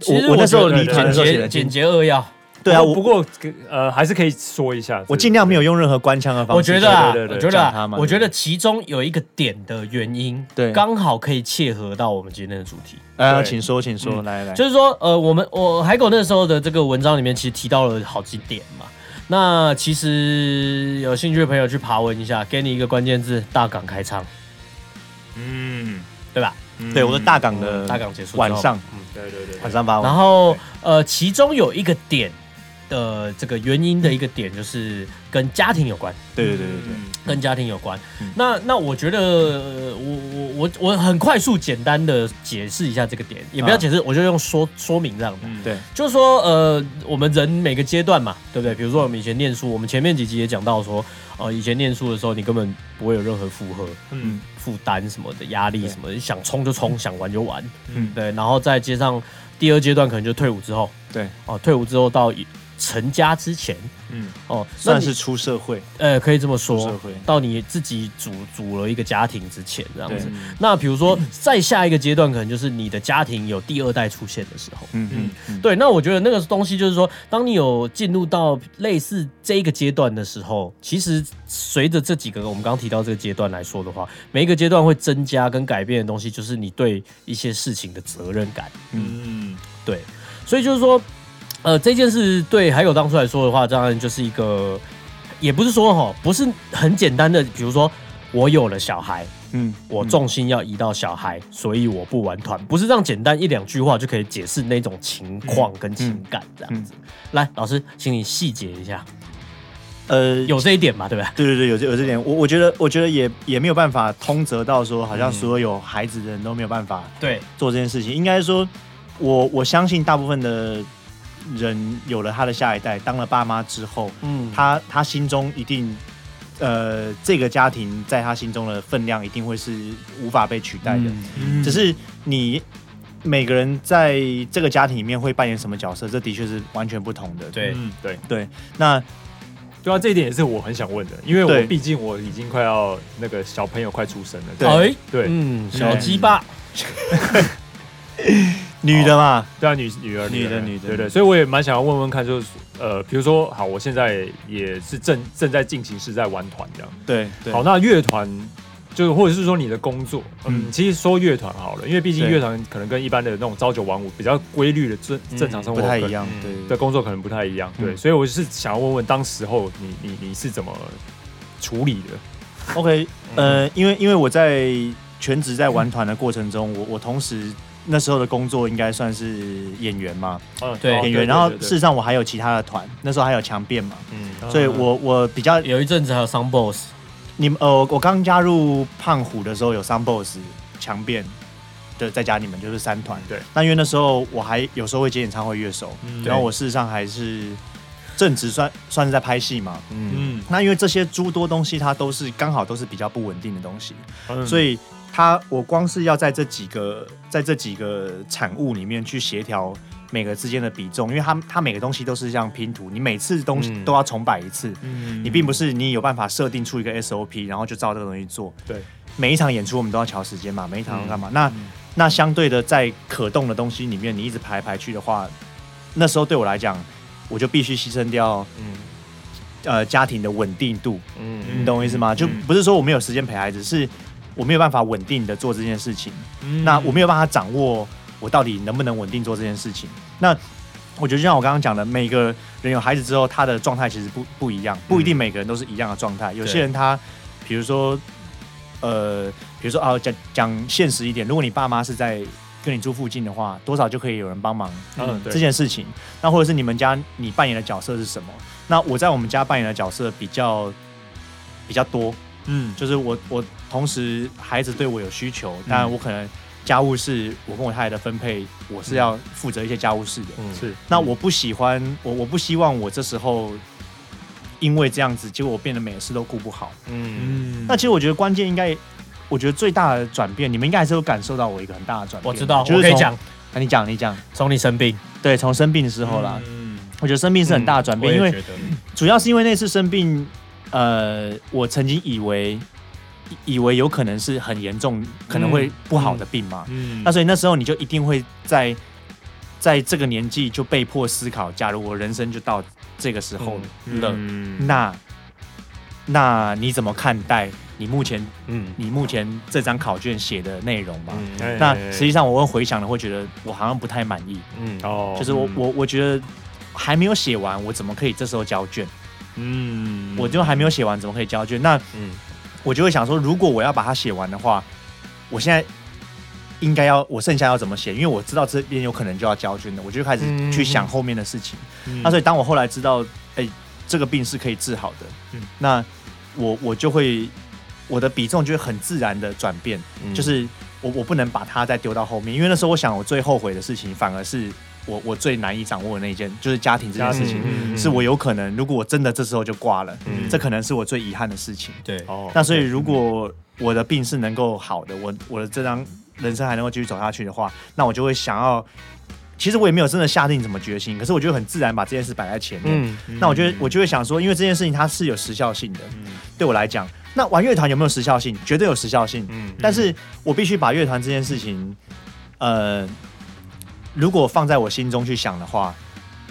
S1: 其实
S3: 我那时候
S1: 觉得
S3: 理解
S1: 简
S3: 的时候写得
S1: 洁
S3: 很清
S1: 简
S3: 楚。
S1: 洁扼要，
S3: 对啊，
S2: 不
S3: 我
S2: 不过呃还是可以说一下，
S3: 我尽量没有用任何官腔的方式。
S1: 我觉得啊，
S2: 对对对
S1: 我觉得
S3: 讲他
S1: 啊
S3: 嘛，
S1: 我觉
S3: 对
S1: 得其中有一个点的原因，
S3: 对
S1: 刚好可以切合到我们今天的主题。
S3: 呃，
S2: 对
S3: 请说，请说，来
S1: 嗯
S3: 来，
S1: 就是说，呃，我们我海狗那时候的这个文章里面，其实提到了好几点嘛。那其实有兴趣的朋友去爬文一下，给你一个关键字：大港开唱，
S2: 嗯，
S1: 对吧？
S3: 对我的大港的
S1: 嗯大港结束之后嗯
S3: 晚上，
S2: 对对对，
S3: 晚上八
S1: 然
S3: 晚，
S1: 后呃，其中有一个点呃，这个原因的一个点就是跟家庭有关，
S3: 对对对对对，
S1: 跟家庭有关。
S3: 嗯
S1: 那那我觉得呃我我我我很快速简单的解释一下这个点，也不要
S3: 啊
S1: 解释，我就用说说明这样子。
S2: 嗯
S3: 对
S1: 就是说，呃，我们人每个阶段嘛，对不对？比如说我们以前念书，我们前面几集也讲到说，呃，以前念书的时候，你根本不会有任何负荷、
S2: 嗯
S1: 负担什么的压力什么的，你想冲就冲，想玩就玩，
S3: 嗯
S1: 对。然后再接上第二阶段，可能就退伍之后，
S3: 对，
S1: 哦、退伍之后到成家之前，
S2: 嗯
S1: 哦，那
S3: 算
S1: 你
S3: 是出社会，
S1: 呃，可以这么
S3: 出
S1: 说
S3: 社会，
S1: 到你自己组组了一个家庭之前这样
S3: 对
S1: 子。那比如说，再下一个阶段，可能就是你的家庭有第二代出现的时候。
S3: 嗯嗯，
S1: 对，那我觉得那个东西就是说，当你有进入到类似这一个阶段的时候，其实随着这几个我们刚刚提到这个阶段来说的话，每一个阶段会增加跟改变的东西，就是你对一些事情的责任感。
S2: 嗯
S1: 对，所以就是说，呃，这件事对还有当初来说的话，当然就是一个，也不是说哈，不是很简单的，比如说我有了小孩，
S3: 嗯，
S1: 我重心要移到小孩，所以我不玩团，不是这样简单一两句话就可以解释那种情
S3: 嗯
S1: 况跟情感这样子。来，老师，请你细节一下，
S3: 呃，
S1: 有这一点嘛，对不对？
S3: 对对对，有这有这点，我我觉得我觉得也也没有办法通则到说，好像所有有孩子的人都没有办法
S1: 对，
S3: 做这件事情。应该说，我我相信大部分的人有了他的下一代，当了爸妈之后，
S1: 嗯，
S3: 他他心中一定，呃，这个家庭在他心中的分量一定会是无法被取代的。
S2: 嗯
S3: 只是你每个人在这个家庭里面会扮演什么角色，这的确是完全不同的。
S1: 对，
S2: 对
S3: 对，那
S2: 对啊，这一点也是我很想问的，因为
S3: 对
S2: 我毕竟我已经快要那个小朋友快出生了，
S3: 对
S1: 哎，
S2: 对
S1: 嗯，小鸡巴，
S3: 女的嘛，
S2: 对啊，女女儿，
S3: 女的
S2: 儿
S3: 女的
S2: 对对，所以我也蛮想要问问看，就是呃，比如说，好，我现在也是正正在进行是在玩团这样。
S3: 对对，
S2: 好，那乐团就是或者是说你的工作，嗯，
S3: 嗯
S2: 其实说乐团好了，因为毕竟
S3: 对
S2: 乐团可能跟一般的那种朝九晚五比较规律的正
S1: 嗯
S2: 正常生活
S3: 不太
S2: 可
S3: 一样
S1: 嗯，
S3: 对
S2: 的工作可能不太一样，对，
S3: 嗯
S2: 所以我是想要问问当时候你你你是怎么处理的？
S3: OK，呃，
S2: 嗯
S3: 因为因为我在全职在玩团的过程中，我我同时那时候的工作应该算是演员嘛，
S2: 嗯，
S1: 对
S2: 哦
S3: 演员。然后
S2: 对对
S3: 事实上我还有其他的团，那时候还有强辩嘛，
S1: 嗯，
S2: 嗯
S3: 所以我我比较
S1: 有一阵子还有 s o n Boss，
S3: 你们呃，我我刚加入胖虎的时候有三 boss 强辩的再加你们就是三团。
S2: 对，
S3: 那因为那时候我还有时候会接演唱会乐手，
S2: 嗯
S3: 然后我事实上还是正职算算是在拍戏嘛。
S1: 嗯，
S2: 嗯，
S3: 那因为这些诸多东西，它都是刚好都是比较不稳定的东西，
S2: 嗯
S3: 所以它我光是要在这几个在这几个产物里面去协调每个之间的比重，因为它它每个东西都是这样拼图，你每次东西
S1: 嗯
S3: 都要重摆一次，
S2: 嗯
S3: 你并不是你有办法设定出一个 SOP，然后就照这个东西做。
S2: 对，
S3: 每一场演出我们都要调时间嘛，每一场要干嘛？那那相对的，在可动的东西里面，你一直排来排去的话，那时候对我来讲，我就必须牺牲掉
S1: 嗯
S3: 呃家庭的稳定度，
S1: 嗯
S3: 你懂我意思吗？就不是说我没有时间陪孩子，是我没有办法稳定的做这件事情。
S2: 嗯
S3: 那我没有办法掌握我到底能不能稳定做这件事情。那我觉得就像我刚刚讲的，每个人有孩子之后，他的
S1: 嗯
S3: 状态其实不不一样，不一定每个人都是一样的状态。有些人他，比如说呃，比如说啊，讲讲现实一点，如果你爸妈是在跟你住附近的话，多少就可以有人帮忙
S2: 嗯，
S3: 这
S2: 对，
S3: 件事情。那或者是你们家你扮演的角色是什么？那我在我们家扮演的角色比较比较多，
S2: 嗯，
S3: 就是我我同时孩子对我有需求，但我可能家务事我跟我太太的分配，我是要负责一些家务事的。
S1: 嗯
S2: 是，
S3: 那我不喜欢我我不希望我这时候因为这样子，结果我变得每个事都顾不好。
S1: 嗯，
S2: 嗯，
S3: 那其实我觉得关键应该，我觉得最大的转变，你们应该还是有感受到我一个很大的转变。啊
S1: 我知道，
S3: 就
S1: 我
S3: 是
S1: 可以
S3: 从
S1: 讲，，
S3: 那、你讲你讲，
S1: 从你生病
S3: 对，从生病的时候啦，
S2: 嗯，
S3: 我觉得生病是很大的转
S1: 嗯
S3: 变，
S1: 我也
S3: 因为
S1: 觉得
S3: 主要是因为那次生病，呃，我曾经以为以以为有可能是很严重，可能
S1: 嗯
S3: 会不好的病嘛。
S2: 嗯，
S3: 那所以那时候你就一定会在在这个年纪就被迫思考，假如我人生就到这个时候
S1: 嗯
S3: 了，
S2: 嗯，
S3: 那那你怎么看待你目前
S1: 嗯，
S3: 你目前这张考卷写的内容嘛？
S1: 嗯
S2: 哎
S3: 那实际上我会回想了，会觉得我好像不太满意，
S1: 嗯，
S2: 哦，
S3: 就是我我我觉得还没有写完，我怎么可以这时候交卷？
S2: 嗯，嗯，
S3: 我就还没有写完，怎么可以交卷？那
S1: 嗯
S3: 我就会想说，如果我要把它写完的话，我现在应该要我剩下要怎么写？因为我知道这边有可能就要交卷的，我就开始
S1: 嗯
S3: 去想后面的事情。
S2: 嗯，
S3: 那所以当我后来知道，哎、这个病是可以治好的，
S2: 嗯
S3: 那我我就会我的比重就会很自然的转变，
S1: 嗯
S3: 就是我我不能把它再丢到后面，因为那时候我想我最后悔的事情反而是我我最难以掌握的那一件，就是家庭这件
S2: 家
S3: 事情，
S1: 嗯嗯嗯
S3: 是我有可能如果我真的这时候就挂了，
S1: 嗯
S3: 这可能是我最遗憾的事情。
S1: 对，
S2: 哦，
S3: 那所以如果我的病是能够好的，我我的这张人生还能够继续走下去的话，那我就会想要。其实我也没有真的下定什么决心，可是我就很自然把这件事摆在前面。
S1: 嗯
S3: 那我就会我就会想说，因为这件事情它是有时效性的，对我来讲，那玩乐团有没有时效性？绝对有时效性。
S1: 嗯
S3: 但是我必须把乐团这件事情，呃，如果放在我心中去想的话，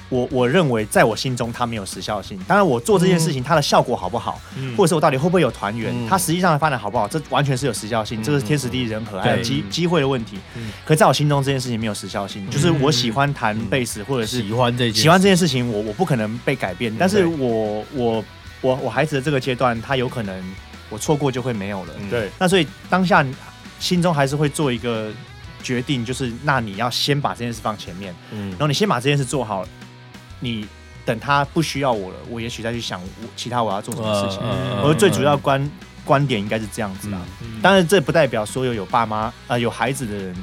S3: 我我认为在我心中它没有时效性。当然，我做这件事情它的效果好不好，
S2: 嗯
S3: 或者是我到底会不会有团员，
S1: 嗯
S3: 它实际上的发展好不好，这完全是有时效性，
S1: 嗯
S3: 这个是天时地利人和，还有
S1: 对
S3: 机机会的问题
S2: 嗯。
S3: 可在我心中这件事情没有时效性，就是
S1: 嗯
S3: 我喜欢弹贝斯或者是
S1: 喜欢这一件，
S3: 喜欢这件事情我，我不可能被改变，但是
S1: 嗯
S3: 我我我我孩子的这个阶段，他有可能我错过就会没有了。
S1: 嗯
S2: 对，
S3: 那所以当下心中还是会做一个决定，就是那你要先把这件事放前面，
S1: 嗯
S3: 然后你先把这件事做好，你等他不需要我了，我也许再去想我其他我要做什么事情。
S1: 呃
S3: 而最主要观、观点应该是这样子啦。
S1: 嗯
S3: 当然，这不代表所有有爸妈呃有孩子的人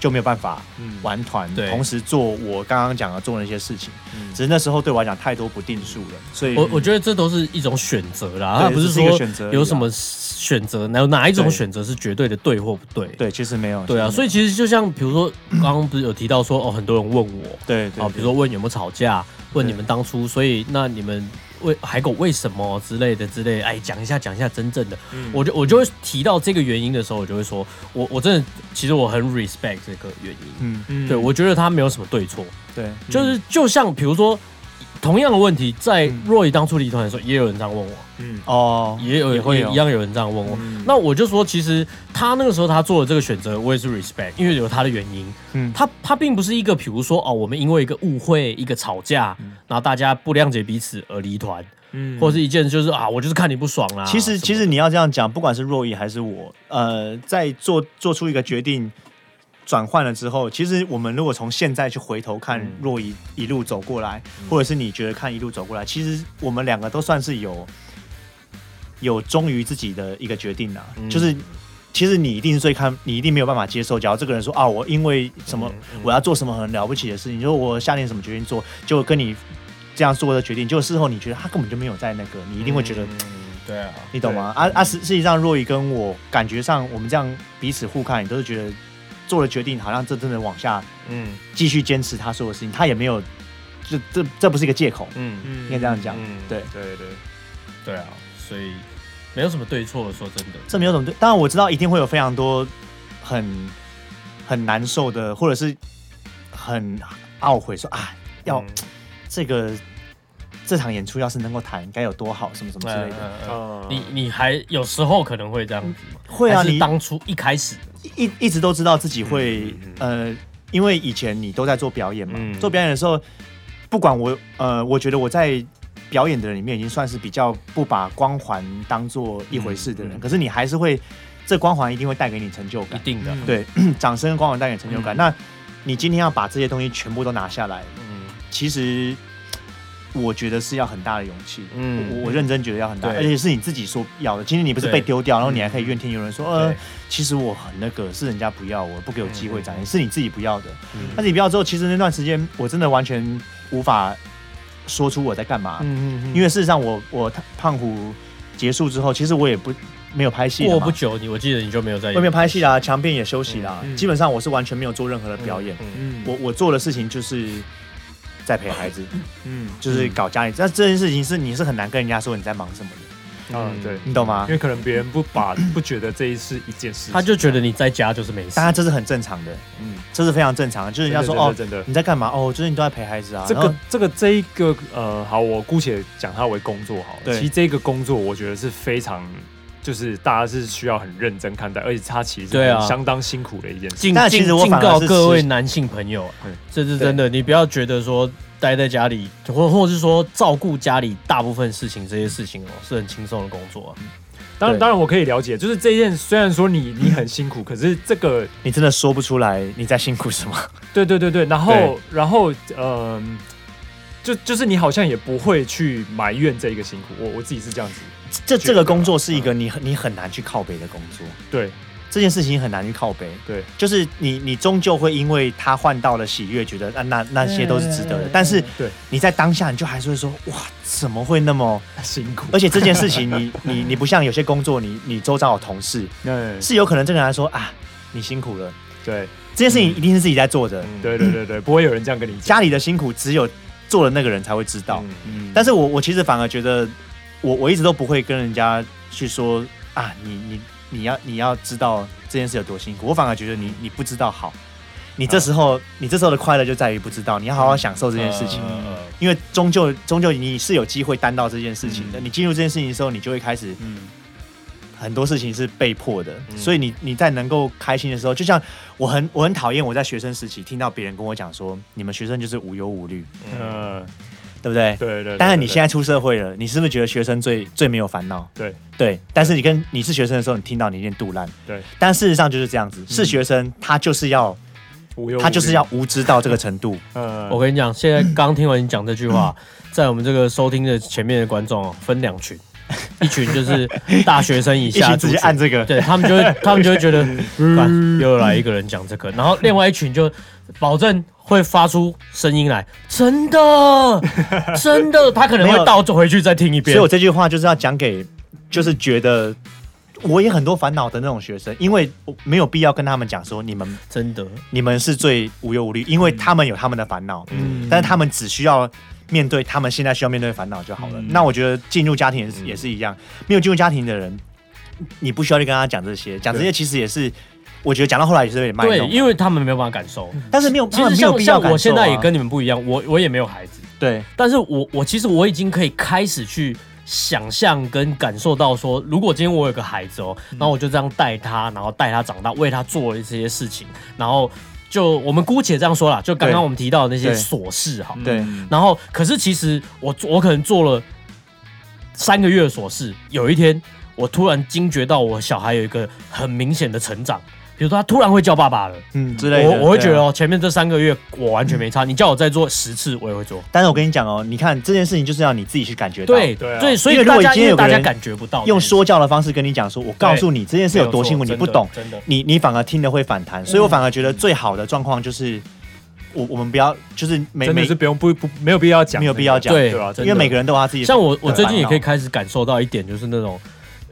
S3: 就没有办法
S2: 嗯，
S3: 玩团，
S1: 对
S3: 同时做我刚刚讲的做那些事情。
S2: 嗯
S3: 只是那时候对我来讲太多不定数了，所以
S1: 嗯我我觉得这都是一种选择啦，
S3: 对
S1: 它不
S3: 只是一个
S1: 说
S3: 选择而已啊
S1: 有什么选择，哪有哪一种
S3: 对
S1: 选择是绝对的对或不对。
S3: 对其实没有。
S1: 对啊，所
S3: 以
S1: 以其实就像比如说刚刚不是有提到说哦，很多人问我
S3: 对对
S1: 啊，比如说问有没有吵架，问
S3: 对
S1: 你们当初，所以那你们为海狗为什么之类的之类的，哎，讲一下讲一下真正的，
S3: 嗯
S1: 我就我就会提到这个原因的时候，我就会说，我我真的其实我很 respect 这个原因，
S3: 嗯
S2: 嗯
S1: 对我觉得他没有什么对错，
S3: 对
S1: 就是就像比如说同样的问题，在
S3: 嗯
S1: Roy 当初离团的时候，也有人这样问我，
S2: 嗯
S3: 哦
S1: 也有
S3: 也会有
S1: 一样有人这样问我。
S2: 嗯
S1: 那我就说，其实他那个时候他做的这个选择，我也是 respect，因为有他的原因。
S3: 嗯
S1: 他他并不是一个，比如说哦，我们因为一个误会、一个吵架，然后大家不谅解彼此而离团，
S2: 嗯
S1: 或是一件就是啊，我就是看你不爽啦。
S3: 其实
S1: 什么
S3: 其实你要这样讲，不管是若意还是我，呃，在做做出一个决定。转换了之后，其实我们如果从现在去回头看
S1: 嗯
S3: 若一一路走过来，或者是你觉得看一路走过来，其实我们两个都算是有有忠于自己的一个决定啦。
S1: 嗯
S3: 就是其实你一定是最看，你一定没有办法接受。假如这个人说啊，我因为什
S1: 嗯
S3: 么、我要做什么很了不起的事情，就是我下定什么决定做，结果跟你这样做的决定，结果事后你觉得他根本就没有在那个，你一定会觉得。
S1: 对啊，
S3: 你懂吗？啊啊，实实际上，若雨跟我感觉上，我们这样彼此互看，也都是觉得做了决定，好像这真的往下
S1: 嗯
S3: 继续坚持他说的事情，他也没有，这这这不是一个借口，
S1: 嗯
S3: 应该这样讲。对
S2: 对对，
S1: 对啊，所以没有什么对错，说真的。
S3: 这没有什么对，当然我知道一定会有非常多很很难受的，或者是很懊悔说啊，
S1: 嗯
S3: 要、这个这场演出要是能够谈，该有多好，什么什么
S1: 呃
S3: 之类的。
S2: 嗯
S1: 哦你你还有时候可能会这样子吗？
S3: 会啊，
S1: 还是
S3: 你
S1: 当初一开始的
S3: 一一直都知道自己会、
S2: 嗯嗯
S3: 呃，因为以前你都在做表演嘛，
S1: 嗯
S3: 做表演的时候，不管我呃，我觉得我在表演的人里面已经算是比较不把光环当做一回事的
S1: 嗯
S3: 人，
S1: 嗯
S3: 可是你还是会这光环一定会带给你成就感
S1: 一。定的，
S2: 嗯
S3: 对，掌声光环带给你成就感。
S1: 嗯
S3: 那你今天要把这些东西全部都拿下来，
S1: 嗯
S3: 其实我觉得是要很大的勇气。
S1: 嗯
S3: 我我认真觉得要很大，
S1: 对
S3: 而且是你自己说要的。今天你不是被
S1: 对
S3: 丢掉，然后你还可以怨天尤人说，呃
S1: 对，
S3: 其实我很那个，是人家不要我，不给我机会展
S1: 嗯
S3: 现，是你自己不要的。但
S1: 嗯
S3: 是你不要之后，其实那段时间我真的完全无法说出我在干嘛，
S1: 嗯
S3: 因为事实上我我胖虎结束之后，其实我也不没有拍戏了
S1: 过
S3: 嘛
S1: 不久你我记得你就没有在
S3: 我也没有拍戏啦，墙边也休息啦，
S2: 嗯嗯
S3: 基本上我是完全没有做任何的表演。
S1: 嗯
S2: 嗯
S3: 我我做的事情就是在陪孩子，
S2: 嗯
S3: 就是搞家里。那、这件事情是你是很难跟人家说你在忙什么的，
S2: 啊对，
S3: 你懂吗
S2: 因？为可能别人不把 不觉得这一是一件事情，
S1: 他就觉得你在家就是没事
S3: 大，家这是很正常的，
S2: 嗯，
S3: 这是非常正常的。就是人家说哦，
S2: 真的真的。
S3: 你在干嘛？哦，就是你都在陪孩子啊。
S2: 这
S3: 然
S2: 个
S3: 后
S2: 这个这一个呃，好，我姑且讲它为工作好了。
S3: 对
S2: 其实这个工作我觉得是非常，就是大家是需要很认真看待，而且它其实
S1: 对啊
S2: 是相当辛苦的一件事。
S1: 警
S3: 但
S1: 警
S3: 其实我
S1: 警
S3: 反而
S1: 告
S3: 是
S1: 各位
S3: 持
S1: 男性朋友啊
S2: 嗯，
S1: 这是真的，你不要觉得说待在家里，或或是说照顾家里大部分事情这些事情哦，是很轻松的工作啊。
S2: 当然，
S1: 对
S2: 当然我可以了解，就是这件虽然说你你很辛苦，可是这个
S3: 你真的说不出来你在辛苦什么。
S2: 对对对对，然后
S3: 对
S2: 然后嗯、就就是你好像也不会去埋怨这个辛苦，我我自己是 这样嗯子。
S3: 这
S2: 觉
S3: 这
S2: 得
S3: 个
S2: 啦
S3: 工作是一个你很你很难去靠北的工作，
S2: 对
S3: 这件事情很难去靠北。
S2: 对，
S3: 就是你你终究会因为他换到了喜悦，觉得啊那那些都是值得的。但是
S2: 对
S3: 你在当下，你就还是会说哇，怎么会那么？
S2: 辛 苦，
S3: 而且这件事情你， 你你不像有些工作，你你周遭有同事
S2: 嗯
S3: 是有可能这个人来说啊，你辛苦了，
S2: 对
S3: 这件事情一定是自己在做的，
S2: 对对对对，不会有人这样跟你讲。
S3: 家里的辛苦只有做的那个人才会知道。
S2: 嗯嗯
S3: 但是我我其实反而觉得我，我一直都不会跟人家去说啊，你你你要你要知道这件事有多辛苦。我反而觉得你你不知道好，你这时候、你这时候的快乐就在于不知道，你要好好享受这件事情，
S1: 呃呃
S3: 因为终究终究你是有机会担到这件事情的。
S2: 嗯
S3: 你进入这件事情的时候，你就会开始
S2: 嗯
S3: 很多事情是被迫的，
S1: 嗯
S3: 所以你你在能够开心的时候，就像我很我很讨厌我在学生时期听到别人跟我讲说，你们学生就是无忧无虑，
S1: 呃
S2: 嗯，
S3: 对不对？
S2: 对对对。
S3: 当然，你现
S2: 在
S3: 在出社会了，你是不是觉得学生最最没有烦恼？
S2: 对
S3: 对，但是你跟你是学生的时候，你听到你念杜烂，
S2: 对
S3: 但事实上就是这样子，是学生他就是要
S2: 无嗯忧无虑，
S3: 他就是要无知到这个程 度，
S2: 嗯
S1: 我跟你讲，现在刚听完你讲这句话，
S3: 嗯
S1: 在我们这个收听的前面的观众哦，分两群，一群就是大学生以
S3: 一
S1: 下
S3: 群
S1: 族
S3: 直接
S1: 群，
S3: 按这个，
S1: 对他们就 会，他们就会觉得，
S3: 嗯
S1: 干又来一个人讲这个，然后另外一群就保证会发出声音来，真的，真的，他可能
S3: 没
S1: 会
S3: 有
S1: 倒着回去再听一
S3: 所
S1: 遍
S3: 以我。这句话就是要讲给，就是觉得我也很多烦恼的那种学生，因为我没有必要跟他们讲说你们
S1: 真的，
S3: 你们是最无忧无虑，因为他们有他们的烦恼，
S1: 嗯
S3: 但是他们只需要面对他们现在需要面对的烦恼就好了。
S2: 嗯
S3: 那我觉得进入家庭
S1: 嗯
S3: 也是,、也是一样，没有进入家庭的人，你不需要去跟他讲这些，讲这些其实也是，我觉得讲到后来也是有点卖
S1: 对，
S3: 弄，
S1: 因为他们没有办法感受。
S3: 但是没有，
S1: 其
S3: 他
S1: 实
S3: 们没有
S1: 像
S3: 必要
S1: 像
S3: 感受啊
S1: 我现在也跟你们不一样，我我也没有孩子，
S3: 对
S1: 但是我我其实我已经可以开始去想象跟感受到说，如果今天我有个孩子哦，
S3: 嗯
S1: 然后我就这样带他，然后带他长大，为他做了这些事情，然后就我们姑且这样说啦，就刚刚
S3: 对
S1: 我们提到的那些
S3: 对
S1: 琐事哈，
S3: 对
S2: 嗯
S1: 然后可是其实我做我可能做了三个月的琐事，有一天我突然惊觉到我小孩有一个很明显的成长，比如说他突然会叫爸爸了。
S3: 嗯之类的，
S1: 我我会觉
S3: 对
S1: 得
S3: 啊
S1: 哦，前面这三个月我完全没差。你叫我再做十次，我也会做。
S3: 但是我跟你讲哦，你看这件事情就是要你自己去感觉到，
S1: 对
S2: 对啊
S1: 对，所
S3: 因
S1: 以
S3: 为如
S1: 大
S3: 果
S1: 家
S3: 今
S1: 因
S3: 天
S1: 为
S3: 有个
S1: 大
S3: 人
S1: 家感觉不到，
S3: 用说教的方式跟你讲说，我告诉你这件事有多辛苦，你不懂，
S1: 真的，嗯
S3: 你你反而听了会反弹，所以我反而觉得最好的状况就是，我我们不要就是每
S2: 真
S3: 每
S2: 的是不用不不没有必要讲
S3: 没
S2: 那个，
S3: 有必要讲
S1: 对
S2: 对吧？
S1: 真
S3: 因为
S1: 的
S3: 每个人都有他自己的
S1: 像我，我最近也可以
S3: 烦恼
S1: 开始感受到一点，就是那种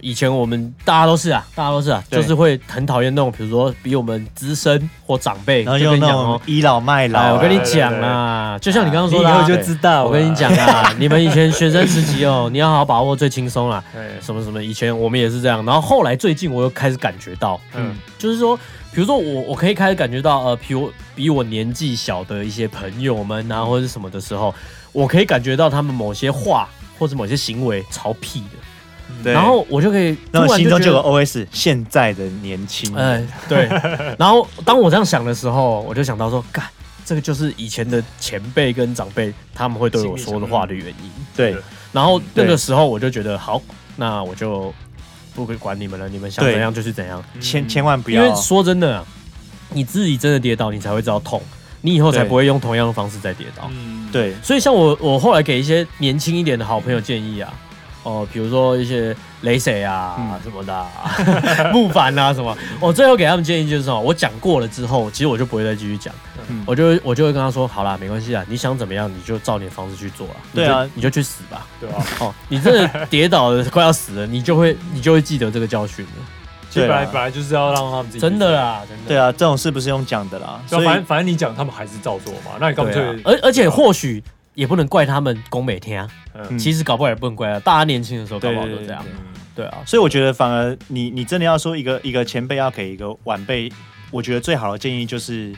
S1: 以前我们大家都是啊，大家都是啊，
S3: 对
S1: 就是会很讨厌那种，比如说比我们资深或长辈，
S3: 然后
S1: 就
S3: 用
S1: 跟你
S3: 那
S1: 讲
S3: 种
S1: 哦，
S3: 倚老卖老啊、
S1: 来，我跟你
S2: 对对
S1: 讲啊，就像你刚刚
S2: 你
S1: 说
S2: 以
S1: 的
S3: 哎
S2: 后
S1: 啊，
S2: 就知道了。
S1: 我跟你讲啊，你们以前学生时期哦，你要好好把握最轻松啦。
S2: 对，
S1: 什么什么，以前我们也是这样，然后后来最近我又开始感觉到，
S2: 嗯
S1: 就是说，比如说我我可以开始感觉到，呃，比我比我年纪小的一些朋友们啊，或者是什么的时候，我可以感觉到他们某些话或者某些行为超屁的，
S3: 对
S1: 然后我就可以突
S3: 然后
S1: 然
S3: 心
S1: 就
S3: 中就
S1: 觉
S3: 有
S1: 得，
S3: 哦个 OS：现在的年轻人，
S1: 哎、对。然后当我这样想的时候，我就想到说，干，这个就是以前的前辈跟长辈他们会对我说的话的原因。
S3: 对
S2: 对
S1: 然后那
S3: 对
S1: 个时候我就觉得，好，那我就不会管你们了，你们想
S3: 对
S1: 怎样就是怎样。
S3: 千千万不
S1: 嗯因
S3: 要哦
S1: 为，说真的、啊，你自己真的跌倒，你才会知道痛，你以后才
S3: 对
S1: 不会用同样的方式再跌倒。
S2: 嗯，
S3: 对，啊
S1: 所以像我，我后来给一些年轻一点的好朋友建议啊，哦，比如说一些雷谁啊、
S3: 嗯
S1: 什么的、啊， 木凡啊什么，我最后给他们建议就是什哦么，我讲过了之后，其实我就不会再继续讲，
S3: 嗯
S1: 我就会我就会跟他说，好啦，没关系啊，你想怎么样你就照你的方式去做啊，你就
S3: 对啊
S1: 你就去死吧，
S2: 对吧？
S1: 哦，你真的跌倒了快要死了，你就会你就会记得这个教训 了，
S2: 其
S3: 对
S2: 实
S3: 啊啦
S2: 本来本来就是要让他们自己
S1: 真的啦，真的，
S3: 对啊，这种事不是用讲的啦，
S2: 就
S3: 所以
S2: 啊反正反正你讲，他们还是照做嘛。那你干脆
S1: 对啊，而而且或许也不能怪他们拱每天啊，
S2: 嗯
S1: 其实搞不好也不能怪啊，大家年轻的时候搞
S3: 对
S1: 不好
S3: 对
S1: 都
S3: 对
S1: 这样，
S3: 对
S1: 对啊。
S3: 所以我觉得反而你你真的要说一个一个前辈要给一个晚辈，我觉得最好的建议就是，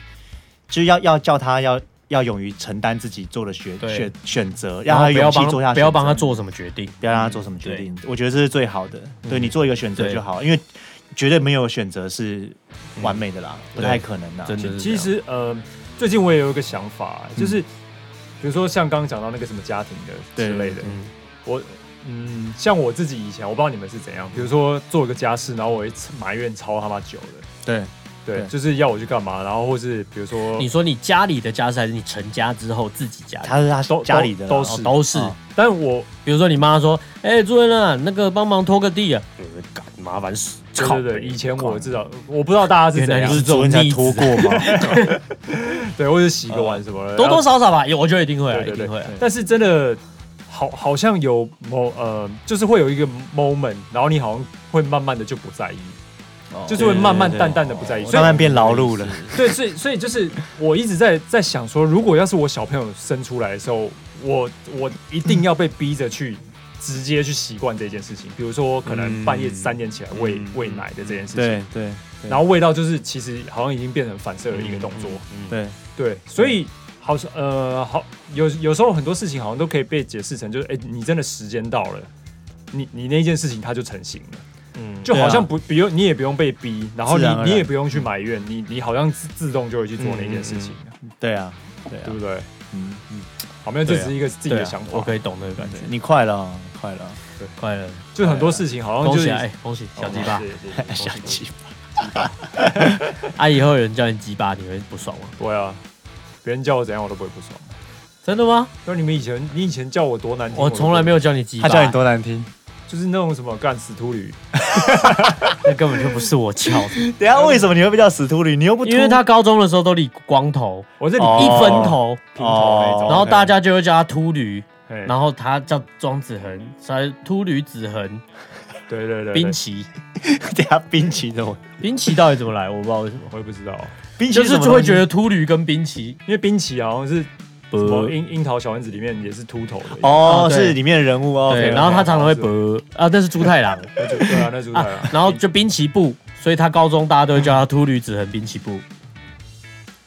S3: 就是要要叫他要要勇于承担自己做的选
S1: 对
S3: 选选择，
S1: 然
S3: 让
S1: 后
S3: 他
S1: 不
S3: 有
S1: 要
S3: 勇气
S1: 帮
S3: 做下
S1: 不要
S3: 选择
S1: 帮他，做什么决定。
S3: 不要让他做什么决定，我觉得这是最好的。对
S1: 嗯
S3: 你做一个选择
S1: 对
S3: 就好，因为绝对没有选择是完美的啦，
S1: 嗯
S3: 不太可能啦。啊
S1: 真的是
S2: 其
S1: 这样嗯
S2: 实呃，最近我也有一个想法，就是比如说像刚刚讲到那个什么家庭的之类的，
S1: 嗯，
S2: 我嗯，像我自己以前，我不知道你们是怎样，比如说做一个家事，然后我会埋怨超他妈久的，
S3: 对，
S2: 对，
S3: 对
S2: 就是要我去干嘛，然后或是比如说
S1: 你说你家里的家事还是你成家之后自己家里？
S3: 他是他
S2: 都
S3: 家里的啦
S2: 都
S1: 哦
S2: 是
S1: 都是，
S3: 哦
S2: 但我
S1: 比如说你妈说：“哎，朱恩啊，那个帮忙拖个地啊。”呃干麻烦死！
S2: 对
S1: 靠
S2: 对对，
S1: 北
S2: 以前我
S1: 靠
S2: 知道，我不知道大家是怎
S1: 原来
S2: 样
S3: 不，
S1: 就是这种
S3: 昨天才
S1: 逆子
S3: 拖过吗？
S2: 对，或是洗个碗什么的，
S1: 呃多
S2: 然后
S1: 多少少吧，有我觉得一定会啊，一
S2: 对对
S1: 定会啊。
S2: 但是真的好，好像有某呃，就是会有一个 moment，然后你好像会慢慢的就不在意，就是会慢慢淡淡的不在意，所以
S3: 慢慢变劳碌了。
S2: 对，所以所以就是我一直在在想说，如果要是我小朋友生出来的时候，我我一定要被逼着去直接去习惯这件事情，比如说可能半夜
S3: 嗯
S2: 三点起来喂、
S1: 嗯
S2: 喂奶的这件事情，
S3: 对 对对
S2: 然后喂到就是其实好像已经变成反射的一个动作，
S1: 嗯，
S3: 对，
S2: 对，所以好像呃好有有时候很多事情好像都可以被解释成就是哎、你真的时间到了。你你那件事情它就成型了，
S1: 嗯，
S2: 就
S3: 对啊
S2: 好像不不用你也不用被逼，然后你
S3: 自然而然
S2: 你也不用去埋怨，你你好像自自动就会去做那件事情
S1: 嗯
S2: 了，
S3: 对啊，对
S2: 对
S3: 啊，
S2: 不对？
S3: 嗯嗯，
S2: 好，没有，这
S1: 对啊
S2: 只是一个自己
S1: 对啊
S2: 的想
S1: 我
S2: 法
S1: 可，以懂那个感觉。
S3: 你快了哦，快了哦。
S1: 快乐，
S2: 就很多事情好像
S1: 恭
S2: 就
S1: 喜
S2: 是
S1: 啊哎，恭喜小鸡巴！
S3: 小鸡
S1: 啊，以后有人叫你鸡巴，你会不爽吗？
S2: 对啊，别人叫我怎样我都不会不爽。
S1: 真的吗？
S2: 就你们以前，你以前叫我多难听，
S1: 我从来没
S2: 有，
S1: 有叫你鸡巴，
S3: 他叫你多难听？
S2: 就是那种什么干死秃驴，
S1: 那根本就不是我叫的，
S3: 等一下为什么你会被叫死秃驴？你又不秃
S1: 因为他高中的时候都理光头，
S2: 我这里
S3: 哦
S1: 一分头，
S2: 平头那种，
S1: 然后大家就会叫他秃驴，
S2: 嘿
S1: 然后他叫庄子恒，所以秃驴子恒
S2: 对对对，对
S1: 冰淇。
S3: 等一下冰淇淋，
S1: 冰淇到底怎么来？我不知道为什么，
S2: 我也不知道，
S3: 冰淇
S1: 就
S3: 淋
S1: 是
S3: 什么
S1: 就
S3: 东
S1: 会
S3: 西
S1: 觉得秃驴跟冰淇
S2: 因为冰淇好像是什么
S1: 呃
S2: 樱樱桃小丸子里面也是秃头的，
S3: 哦
S1: 啊，对
S3: 是里面的人物哦。
S1: 对，
S3: OK，OK
S1: 然后他常常会
S2: 是
S1: 伯啊，那是猪太郎
S2: 那就对啊，那就是
S1: 啊
S2: 对啊，
S1: 然后就冰淇布，所以他高中大家都会叫他秃驴子恒冰淇布，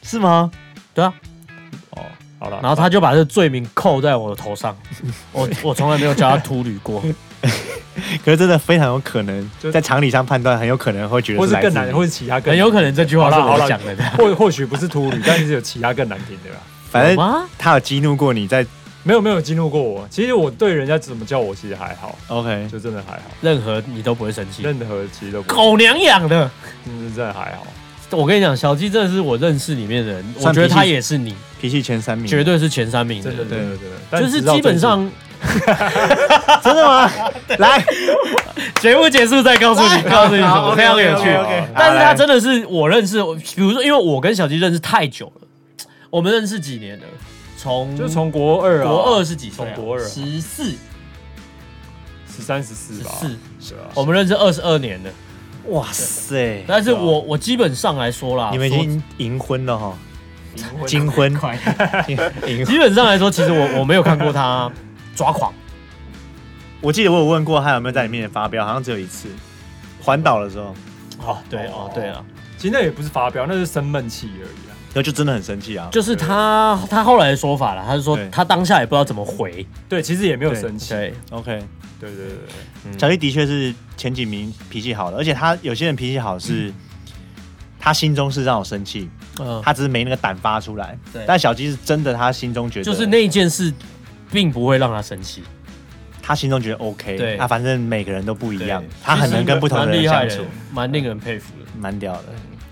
S3: 是吗？
S1: 对啊，
S2: 哦，好了，
S1: 然后他就把这个罪名扣在我的头 上，我我从来没有叫他秃驴过，
S3: 可是真的非常有可能
S2: 就，
S3: 在常理上判断，很有可能会觉得
S2: 或是
S3: 来自
S2: 更难，
S3: 你
S2: 或是其他更
S1: 很有可能这句话是
S2: 好啦好
S1: 我
S2: 啦
S1: 讲的，
S2: 或或许不是秃驴，但是有其他更难听的啦。
S3: 反
S2: 哎
S1: 有
S3: 正
S1: 吗？
S3: 他有激怒过你在。
S2: 没有没有激怒过我，其实我对人家怎么叫我其实还好，
S3: OK，
S2: 就真的还好，
S1: 任何你都不会生气，
S2: 任何其实都不，
S1: 狗娘养的。
S2: 真的还好。
S1: 我跟你讲，小鸡真的是我认识里面的人，
S3: 算
S1: 我觉得他
S3: 脾气
S1: 也是你，
S3: 脾气前三名，
S1: 绝嗯对是前三名的
S2: 真的
S1: 人。
S2: 真的真的，但
S1: 就是
S2: 直到
S1: 基本上嗯
S3: 真的 吗？ 来，哎
S1: 节目结束再告诉你，告诉你什
S3: 哦
S1: 么，非常有趣。
S2: OK，OK，OK
S1: 但是他真
S3: 的
S1: 的是我认识，比如说，因为我跟小鸡认识太久了，我们认识几年了？从
S2: 最近就从国二啊，
S1: 国二是几岁啊？
S2: 从国二啊
S1: 十四
S2: 十三十四
S1: 十
S2: 吧，
S1: 四，
S2: 是啊，
S1: 我们认识二十二年了。
S3: 哇塞，
S1: 但是
S2: 对啊
S1: 我我基本上来说啦，
S3: 你们已
S1: 说
S3: 经银婚了哈，
S2: 银婚
S3: 金婚，
S1: 快
S3: 银婚。
S1: 基本上来说，其实我我没有看过他抓狂，
S3: 我记得我有问过他有没有在里面发飙，好像只有一次，环岛的时候，
S1: 哦，对哦，对了。
S2: 其实那也不是发飙，那是生闷气而已啊。
S3: 然后就真的很生气啊，
S1: 就是他他后来的说法了，他是说
S3: 对
S1: 他当下也不知道怎么回，
S2: 对，其实也没有生气，
S1: 对，
S3: OK。
S2: 对对对，
S3: 小丽的确是前几名脾气好的，而且他有些人脾气好是，他心中是让我生气，
S1: 嗯，
S3: 他只是没那个胆发出来
S1: 对。
S3: 但小鸡是真的，他心中觉得
S1: 就是那一件事，并不会让他生气，
S3: 他心中觉得 OK，
S1: 对
S3: 啊，反正每个人都不一样
S1: 对，
S3: 他很能跟不同的
S1: 蛮
S3: 人
S1: 厉害
S3: 相
S1: 的
S3: 处，，
S1: 蛮令人佩服的。
S3: 蛮屌的，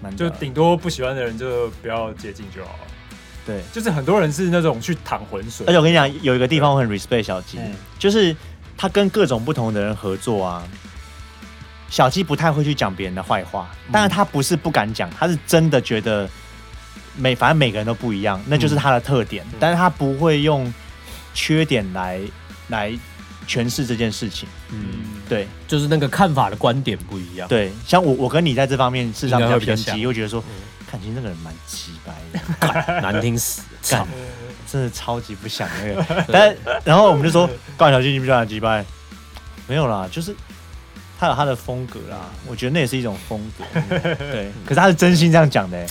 S3: 蛮屌
S1: 啊
S2: 就
S3: 的
S2: 顶多不喜欢的人就不要接近就好了。
S3: 对。
S2: 就是很多人是那种去淌浑水，
S1: 哎
S3: 而且我跟你讲，有一个地方我很 respect 小鸡
S2: 嗯，
S3: 就是他跟各种不同的人合作啊。小鸡不太会去讲别人的坏话，
S1: 嗯
S3: 但是他不是不敢讲，他是真的觉得每反正每个人都不一样，那就是他的特
S1: 嗯
S3: 点。但是他不会用缺点来来诠释这件事情。
S1: 嗯，
S3: 对
S1: 就是那个看法的观点不一样。，
S3: 对，像我我跟你在这方面事实上
S1: 应
S3: 比
S1: 该
S3: 较
S1: 会比较
S3: 偏激，
S1: 像嗯
S3: 又觉得说，看其实那个人蛮鸡掰的。
S1: 难听死，操
S3: 干！真的超级不想那 个。但然后我们就说，高晓军你不想击败？没有啦，就是他有他的风格啦，我觉得那也是一种风格。 对，可是他是真心这样讲的、欸，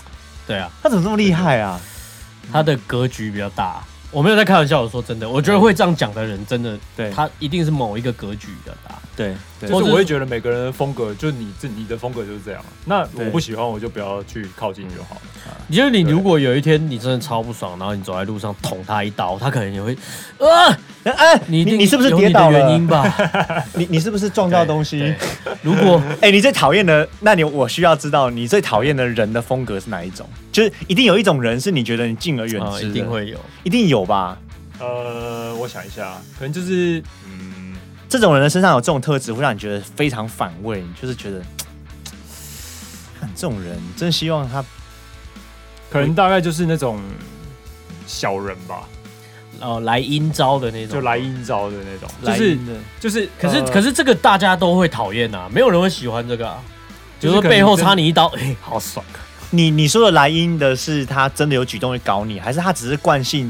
S1: 对啊，
S3: 他怎么这么厉害啊？
S1: 嗯他的格局比较大。我没有在开玩笑，我说真的，我觉得会这样讲的人，真的，
S3: 对
S1: 他一定是某一个格局比较大。
S3: 对对
S2: 就
S1: 或
S2: 是
S1: 者
S2: 我会觉得每个人的风格，就你自你的风格就是这样。那我
S3: 对
S2: 不喜欢，我就不要去靠近就好了。
S1: 你就是你，如果有一天你真的超不爽，然后你走在路上捅他一刀，他可能也会，啊，
S3: 哎、
S1: 你
S3: 你
S1: 一定
S3: 你是不是
S1: 有
S3: 跌
S1: 你
S3: 倒
S1: 的
S3: 了？
S1: 原因 吧？
S3: 你你是不是撞到东西
S1: 对？如果
S3: 哎、你最讨厌的，那你我需要知道你最讨厌的人的风格是哪一种？就是一定有一种人是你觉得你敬而远
S1: 啊，
S3: 之、
S1: 一定，会有。
S3: 一定有吧？
S2: 呃，我想一下，可能就是嗯，
S3: 这种人的身上有这种特质，会让你觉得非常反胃，你就是觉得，看这种人，真希望他
S2: 可能大概就是那种小人吧，
S1: 哦，来阴招的那种，
S2: 就来。阴招的那种，就
S3: 来
S2: 是
S3: 的，
S2: 就是，
S1: 可是、
S2: 呃
S1: 可是这个大家都会讨厌呐，没有人会喜欢这个、啊。比
S2: 就
S1: 如说
S2: 是可能
S1: 背后
S2: 真
S1: 插你一刀，哎、好爽啊！
S3: 你你说的来因的是他真的有举动会搞你，还是他只是惯性？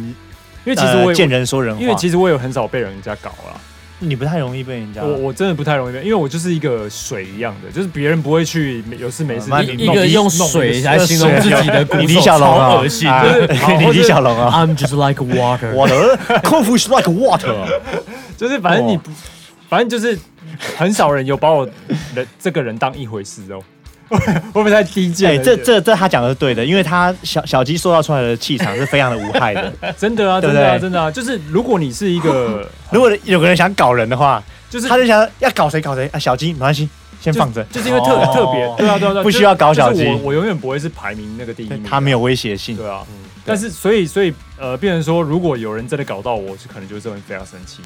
S2: 因为
S3: 因
S2: 其实
S1: 呃
S2: 我也
S3: 见人说人话，
S2: 因为其
S3: 实
S2: 实我也很少被人家搞啦，
S3: 你不太容易被人家
S2: 我我真的不太容易被，因为我就是一个水一样的，就是别人不会去有事没事
S3: 嗯那
S2: 就
S3: 你
S1: 一一
S2: 是弄
S1: 个用
S2: 弄
S1: 水
S2: 一个
S1: 来形容自己 的骨
S3: 你李
S1: 手，
S3: 小龙啊
S1: 超恶心的。
S3: 啊
S2: 就是好
S3: 你
S2: 或 者
S3: 李小龙啊
S1: I'm just like water。
S3: ，water cool is like water，
S2: 就是反正你
S3: 哦
S2: 不，反正就是很少人有把我的这个人当一回事哦。 会不会太低
S3: 对，
S2: 贱了一
S3: 哎这
S2: 点？
S3: 这这他讲的是对的，因为他小小鸡塑造出来的气场是非常的无害 的。
S2: 真的啊，
S3: 对
S2: 真
S3: 不
S2: 的啊，
S3: 对
S2: 真的啊，就是如果你是一 个，
S3: 如果有个人想搞人的话，
S2: 就是
S3: 他就想要搞谁搞谁啊，小鸡没关系，先放着，
S2: 就是因为特
S1: 哦
S2: 特别，对啊对啊，对啊
S3: 不需要搞
S2: 就是
S3: 小鸡
S2: 就是我我永远不会是排名那个第一名，
S3: 他没有威胁性。
S2: 对啊，但是所以所以呃，变成说，如果有人真的搞到我，是可能就会真的非常生气，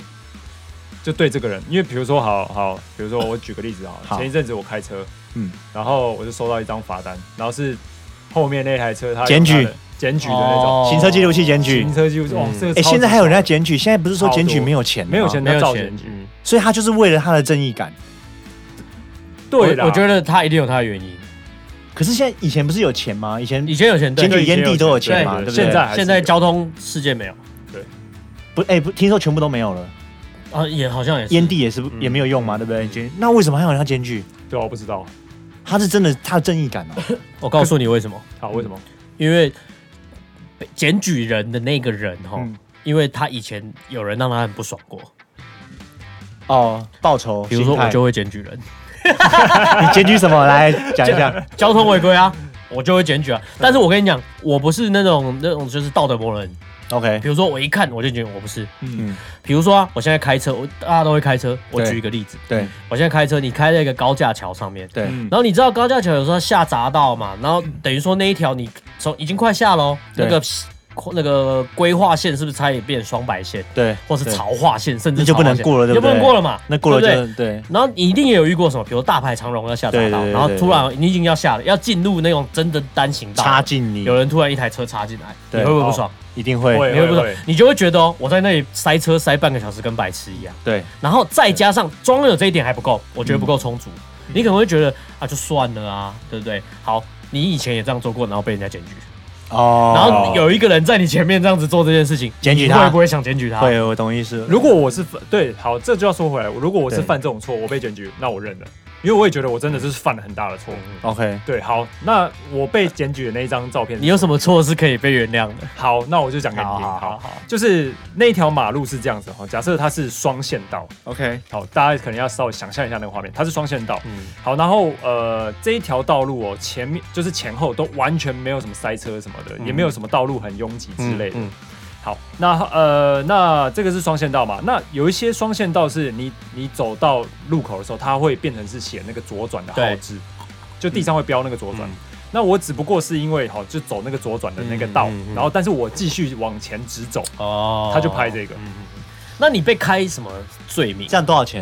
S2: 就对这个人，因为比如说好好，比如说我举个例子好了，
S3: 好
S2: 前一阵子我开车，
S3: 嗯
S2: 然后我就收到一张罚单，然后是后面那台车他
S3: 检举
S2: 检举的那种
S1: 哦
S3: 行车记录器检举
S2: 行，车记录器，哇，
S1: 嗯
S2: 这个
S3: 哎、
S2: 超级
S3: 现在还有人
S2: 少
S3: 在
S2: 的
S3: 检举，现在不是说检举没有钱，
S2: 没有钱，
S1: 没
S2: 的
S1: 有
S2: 造
S1: 钱
S2: 检举，，
S1: 嗯
S3: 所以他就是为了他的正义感。
S2: 对啦，
S1: 我我觉得他一定有他的原因。
S3: 可是现在以前不是有钱吗？以前
S1: 以前有钱，对
S3: 检举
S2: 以前
S3: 烟蒂都有钱
S1: 对
S3: 嘛，
S2: 对
S3: 对不对？
S2: 现在还是
S1: 现在
S2: 有
S1: 交通事件没有
S3: 不，哎、不，听说全部都没有了，
S1: 啊，也好像也是嗯
S3: 烟蒂也是、也没有用嘛，对不对？检那为什么还有人要检举？
S2: 对啊，我不知道，
S3: 他是真的他的正义感哦、
S1: 我告诉你为什么，
S2: 好，为什么？
S1: 因为被检举人的那个人哈，
S3: 嗯
S1: 因为他以前有人让他很不爽过，
S3: 哦，报仇，
S1: 比如说
S3: 心态
S1: 我就会检举人，
S3: 你检举什么来讲一 下？
S1: 交通违规啊，我就会检举啊。但是我跟你讲，我不是那种那种就是道德魔人，
S3: OK，
S1: 比如说我一看我就觉得我不是，
S3: 嗯，
S1: 比如说啊，我现在开车，我大家都会开车，我
S3: 对
S1: 举一个例子，
S3: 对
S1: 我现在开车，你开在一个高架桥上面，
S3: 对、
S2: 嗯
S1: 然后你知道高架桥有时候下匝道嘛，然后等于说那一条你从已经快下喽，
S3: 对
S1: 那个那个规划线是不是差点变双白线，
S3: 对，
S1: 或是
S3: 对，
S1: 潮化线，甚至
S3: 那就不能
S1: 潮化线
S3: 过了对
S1: 就
S3: 不
S1: 不
S3: 对
S1: 能过了嘛，
S3: 那过了
S1: 对不
S3: 就
S1: 对
S3: 对
S1: 然后你一定也有遇过什么，比如大排长龙要下
S3: 对
S1: 匝道，
S3: 对对
S1: 然后
S3: 对
S1: 突然你已经要下了，要进入那种真的单行道，
S3: 插进你
S1: 有人突然一台车插进来，
S3: 对
S1: 你会不会不
S2: 哦
S1: 爽？
S3: 一定会
S2: 会
S1: 你会不会不爽？你就会觉得哦，我在那里塞车塞半个小时跟白痴一样。
S3: 对
S1: 然后再加上装有这一点还不够，我觉得不够充足。你可能会觉得啊，就算了啊，对不对？好，你以前也这样做过，然后被人家检举，
S3: 哦，
S1: 然后有一个人在你前面这样子做这件事情，
S3: 检举
S1: 你
S3: 他
S1: 会不会想检举他？
S3: 会我懂意思，
S2: 如果我是犯对，好，这就要说回来，如果我是
S3: 对
S2: 犯这种错，我被检举，那我认了，因为我也觉得我真的就是犯了很大的错。
S1: 嗯
S3: OK，
S2: 对，好，那我被检举的那一张照片，
S1: 你有什么错是可以被原谅的？
S2: 好，那我就讲给你听。
S1: 嗯好好
S2: 好，
S1: 好好，
S2: 就是那条马路是这样子哈，假设它是双线道，
S3: OK，
S2: 好，大家可能要稍微想象一下那个画面，它是双线道。
S1: 嗯，
S2: 好，然后呃，这一条道路哦，前面就是前后都完全没有什么塞车什么的，也没有什么道路很拥挤之类的。
S1: 嗯嗯嗯
S2: 好，那呃，那这个是双线道嘛？那有一些双线道是你你走到路口的时候，它会变成是写那个左转的号
S1: 对
S2: 志，就地上会标那个左转。
S1: 嗯
S2: 那我只不过是因为好就走那个左转的那个道，
S1: 嗯嗯嗯
S2: 然后但是我继续往前直走，
S1: 哦
S2: 他就拍这个
S1: 嗯嗯嗯那你被开什么罪名
S3: 这？样多少钱？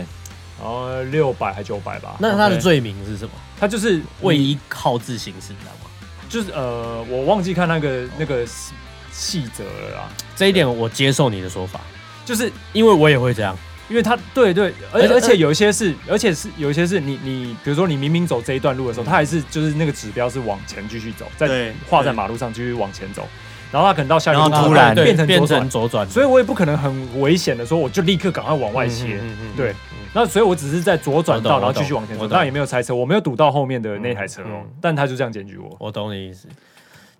S2: 然后哦六百还九百吧。
S1: 那他的
S2: OK
S1: 罪名是什么？
S2: 他就是
S1: 为一靠自行事，你知道吗？
S2: 就是呃，我忘记看那个那个细细则了啦，
S1: 这一点我接受你的说法，
S2: 就是
S1: 因为我也会这样。
S2: 因为他对对，
S1: 而
S2: 而
S1: 且
S2: 而且有一些是，而且是有一些是你你，比如说你明明走这一段路的时候，他还是就是那个指标是往前继续走，在
S3: 对
S2: 画在
S3: 对
S2: 马路上继续往前走，然后他可能到下一个
S3: 然
S2: 路
S3: 后
S2: 口
S3: 突然
S2: 对变成
S1: 啊变
S2: 左
S1: 成
S2: 转，
S1: 左转，
S2: 所以我也不可能很危险的说我就立刻赶快往外切。
S1: 嗯嗯嗯
S2: 对那所以，我只是在左转道，
S1: 我
S2: 然
S1: 懂
S2: 后继续往前走，
S1: 我懂
S2: 当然也没有塞车，我没有堵到后面的那台车哦
S1: 嗯嗯，
S2: 但他就这样检举我。
S1: 我懂你意思。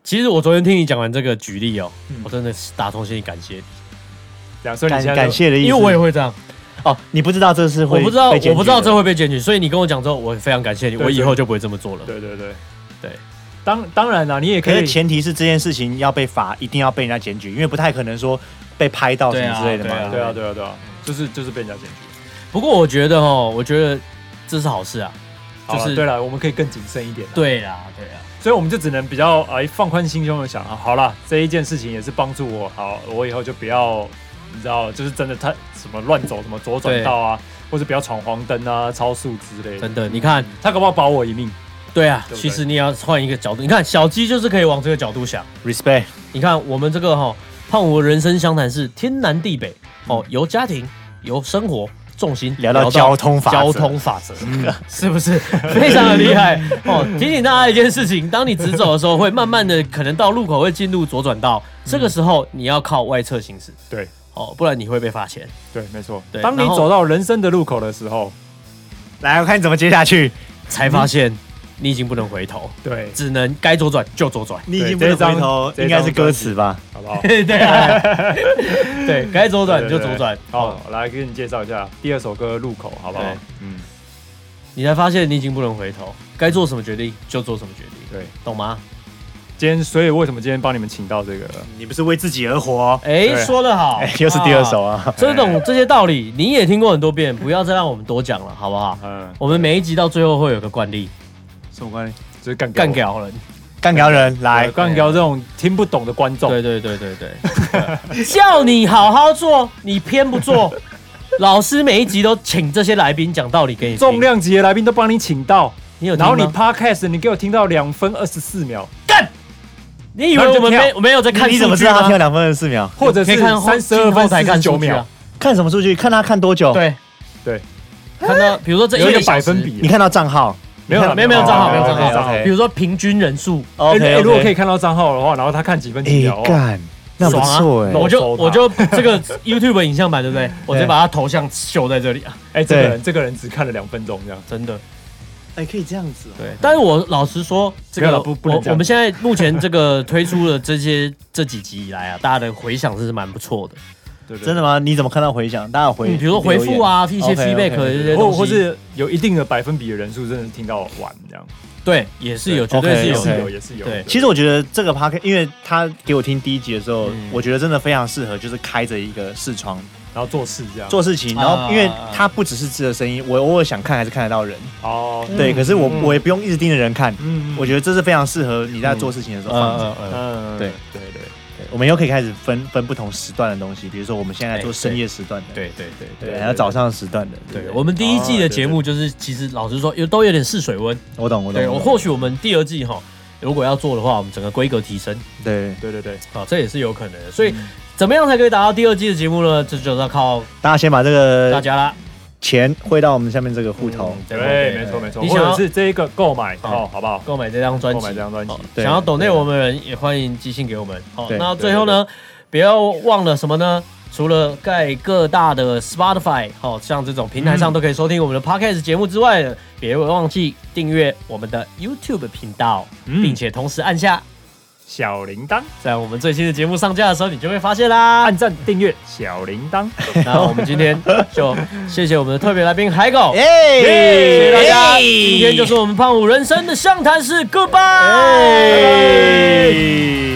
S1: 其实我昨天听你讲完这个举例哦、
S2: 嗯
S1: 我真的是打从心里感谢你，
S2: 两所以你
S3: 感
S2: 现在
S3: 感
S2: 就
S3: 谢的意思，
S1: 因为我也会这样，
S3: 哦，你不知道这是
S1: 我
S3: 会，
S1: 不知道
S3: 被检
S1: 我
S3: 举
S1: 不知道
S3: 的
S1: 这会被检举，所以你跟我讲之后，我非常感谢你，
S2: 对
S1: 我以后就不会这么做了。
S2: 对对对
S1: 对，
S2: 当当然啦，你也
S3: 可
S2: 可以
S3: 是前提是这件事情要被罚，一定要被人家检举，因为不太可能说被拍到什么之类的嘛。
S1: 对啊
S2: 对啊对啊对啊，就是就是被人家检举。
S1: 不过我觉得哦，我觉得这是好事啊，
S2: 就
S1: 就是是
S2: 对了，我们可以更谨慎一点啦。
S1: 对啦，对啦，
S2: 所以我们就只能比较哎、放宽心胸的想啊，好啦，这一件事情也是帮助我，好，我以后就不要，你知道，就是真的太什么乱走，什么左转道啊，或者不要闯黄灯啊、超速之类的
S1: 真。的，你看，
S2: 他搞不好保我一命，
S1: 对啊，
S2: 对不对
S1: 其实你也要换一个角度，你看小鸡就是可以往这个角度想，
S3: ，respect，
S1: 你看我们这个哈、胖虎的人生相谈是天南地北哦，由家庭，由生活。重心
S3: 聊到交通法则嗯
S1: 交通法则， 是不是非常的厉害哦？提醒大家一件事情：当你直走的时候，会慢慢的可能到路口会进入左转道，这个时候你要靠外侧行驶
S2: 对
S1: 哦，不然你会被罚钱。
S3: 嗯
S2: 对，没错。
S1: 对
S2: 当你
S1: 然后
S2: 走到人生的路口的时候，
S3: 来，我看你怎么接下去。
S1: 才发现你已经不能回头，
S2: 对，
S1: 只能该左转就左转。
S3: 你已
S2: 已
S3: 经
S2: 经不
S3: 不能
S2: 能回
S3: 回
S2: 头
S3: 头，
S2: 应
S3: 应
S2: 该
S3: 该
S2: 是
S3: 是
S2: 歌
S3: 歌
S2: 词
S3: 词吧？
S2: 好不 好？
S1: 对啊，对，该左转就左转。
S2: 好，来给你介绍一下第二首歌《路口》，好不好
S1: 对？
S3: 嗯，
S1: 你才发现你已经不能回头，该做什么决定就做什么决定，
S2: 对，
S1: 懂吗？
S2: 今天所以为什么今天帮你们请到这个？
S3: 你不是为自己而活，
S1: 哎，
S2: 对
S1: 说得好
S3: 哎，，又是第二首
S1: 啊。
S3: 啊。
S1: 这种这些道理你也听过很多遍，不要再让我们多讲了，好不好？
S2: 嗯，
S1: 我们每一集到最后会有个惯例，
S3: 什么关系？
S2: 就是干
S1: 干
S2: 掉哎
S1: 掉人。
S3: 干掉人来
S2: 对，干掉这种听不懂的观众。
S1: 对对对对对， 叫你好好做，你偏不做。老师每一集都请这些来宾讲道理给你听，
S2: 重量级的来宾都帮你请到，
S1: 你有听
S2: 然后
S1: 吗？
S2: 你 podcast 你给我听到两分二十四秒，
S1: 你以为我们没没有在看
S3: 你怎么知道他跳两分二十四秒？
S2: 或者
S1: 可以
S2: 是
S1: 看后
S2: 三十二分
S1: 后台
S2: 四十
S1: 看
S2: 九
S1: 数据
S2: 秒
S1: 啊，
S3: 看什么数据？看他看多久？，
S1: 对
S2: 对，
S1: 看到比如说这
S2: 有一
S1: 一
S2: 个
S1: 个
S2: 百
S1: 小时
S2: 分，比
S3: 你。看到账号
S2: 没有啦
S1: 你看没有没有
S2: 没有
S1: 账号，
S2: 哦
S1: 没有账
S2: 没有账
S1: 号
S2: 号。
S1: 比如说平均人数，
S2: 哎哎
S3: ？OK，
S2: 如果可以看到账号的话，然后他看几分几
S3: 以，
S2: 秒
S3: 哎，
S2: 哦，
S3: 干，那不错哎
S2: 爽啊。
S1: 我就
S2: 收到
S1: 我就这个 YouTube 影像版对 不对？我直接把它头像秀在这里啊，
S2: 哎，这个
S3: 对
S2: 人这个人只看了两分钟这样，
S1: 真的。
S3: 哎，可以这样子哦。
S1: 对，但是我老实说，这
S2: 没有
S1: 个
S2: 啦不不能
S1: 我
S2: 这样
S1: 我们现在目前这个推出的这些 这几集以来啊，大家的回响是蛮不错的。
S2: 对不对
S3: 真的吗？你怎么看到回响？大家回，
S1: 嗯，比如说回复啊，一
S2: 哦
S1: 些
S3: OK，OK，
S1: feedback 的这些
S2: 或
S1: 东西，
S2: 或是有一定的百分比的人数，真的听到完这样，
S1: 对，也是有，
S3: 对
S1: 绝对
S3: OK，
S1: 是
S2: 也
S1: 有
S2: 是有
S1: 的。
S2: 也是有。
S1: 对
S3: 其实我觉得这个 p o c a 因为他给我听第一集的时候，
S1: 嗯
S3: 我觉得真的非常适合，就是开着一个视窗
S2: 然后做事这样，
S3: 做事情，
S1: 啊
S3: 然后因为它不只是字的声音，我偶尔想看还是看得到人，
S2: 哦，
S3: 对。可是我
S2: 嗯
S3: 我也不用一直盯着人看，
S2: 嗯
S3: 我
S2: 得
S3: 觉得这是非常适合你在做事情的时候放着。
S1: 嗯嗯嗯，
S2: 嗯
S3: 对
S2: 对对，
S3: 对我们又可以开始分分不同时段的东西，比如说我们现在
S1: 哎
S3: 做深夜时段的，
S1: 对对对对。
S3: 对，
S2: 对
S3: 还有
S2: 对
S3: 早上时段的，
S1: 对
S3: 不
S1: 我们第一
S2: 哦
S1: 季的节目就是，其实老实说，有都有点试水温。
S3: 我懂我懂，
S1: 对我
S3: 懂
S1: 或许我们第二季哈，如果要做的话，我们整个规格提升
S3: 对
S2: 对对对，
S1: 啊，这也是有可能的。所以怎么样才可以达到第二季的节目呢？这就是要靠
S3: 大家先把这
S1: 大
S3: 个
S1: 家啦。
S3: 钱汇到我们下面这个户头，
S1: 嗯
S2: 对，没错没错，
S1: 你
S2: 或
S1: 想要
S2: 者是这一个购买
S1: 好
S2: 哦，好不好？
S1: 购买这张专
S2: 购
S1: 辑，
S2: 买这张专辑
S1: 哦，
S3: 对
S1: 想要抖内
S3: 对
S1: 我们的人也欢迎寄信给我们。好，
S3: 对
S1: 那最后呢，不要忘了什么呢？除了在各大的 Spotify 好、像这种平台上
S2: 嗯
S1: 都可以收听我们的 Podcast 节目之外，别忘记订阅我们的 YouTube 频道，
S2: 嗯
S1: 并且同时按下
S2: 小铃铛。
S1: 在我们最新的节目上架的时候，你就会发现啦
S2: 按。赞、订阅、小铃铛。
S1: 那我们今天就谢谢我们的特别来宾海狗，
S3: 耶，
S1: 谢谢大家。
S3: 耶
S2: 哎
S1: 今天就是我们胖虎人生的相谈室，Goodbye。
S3: 耶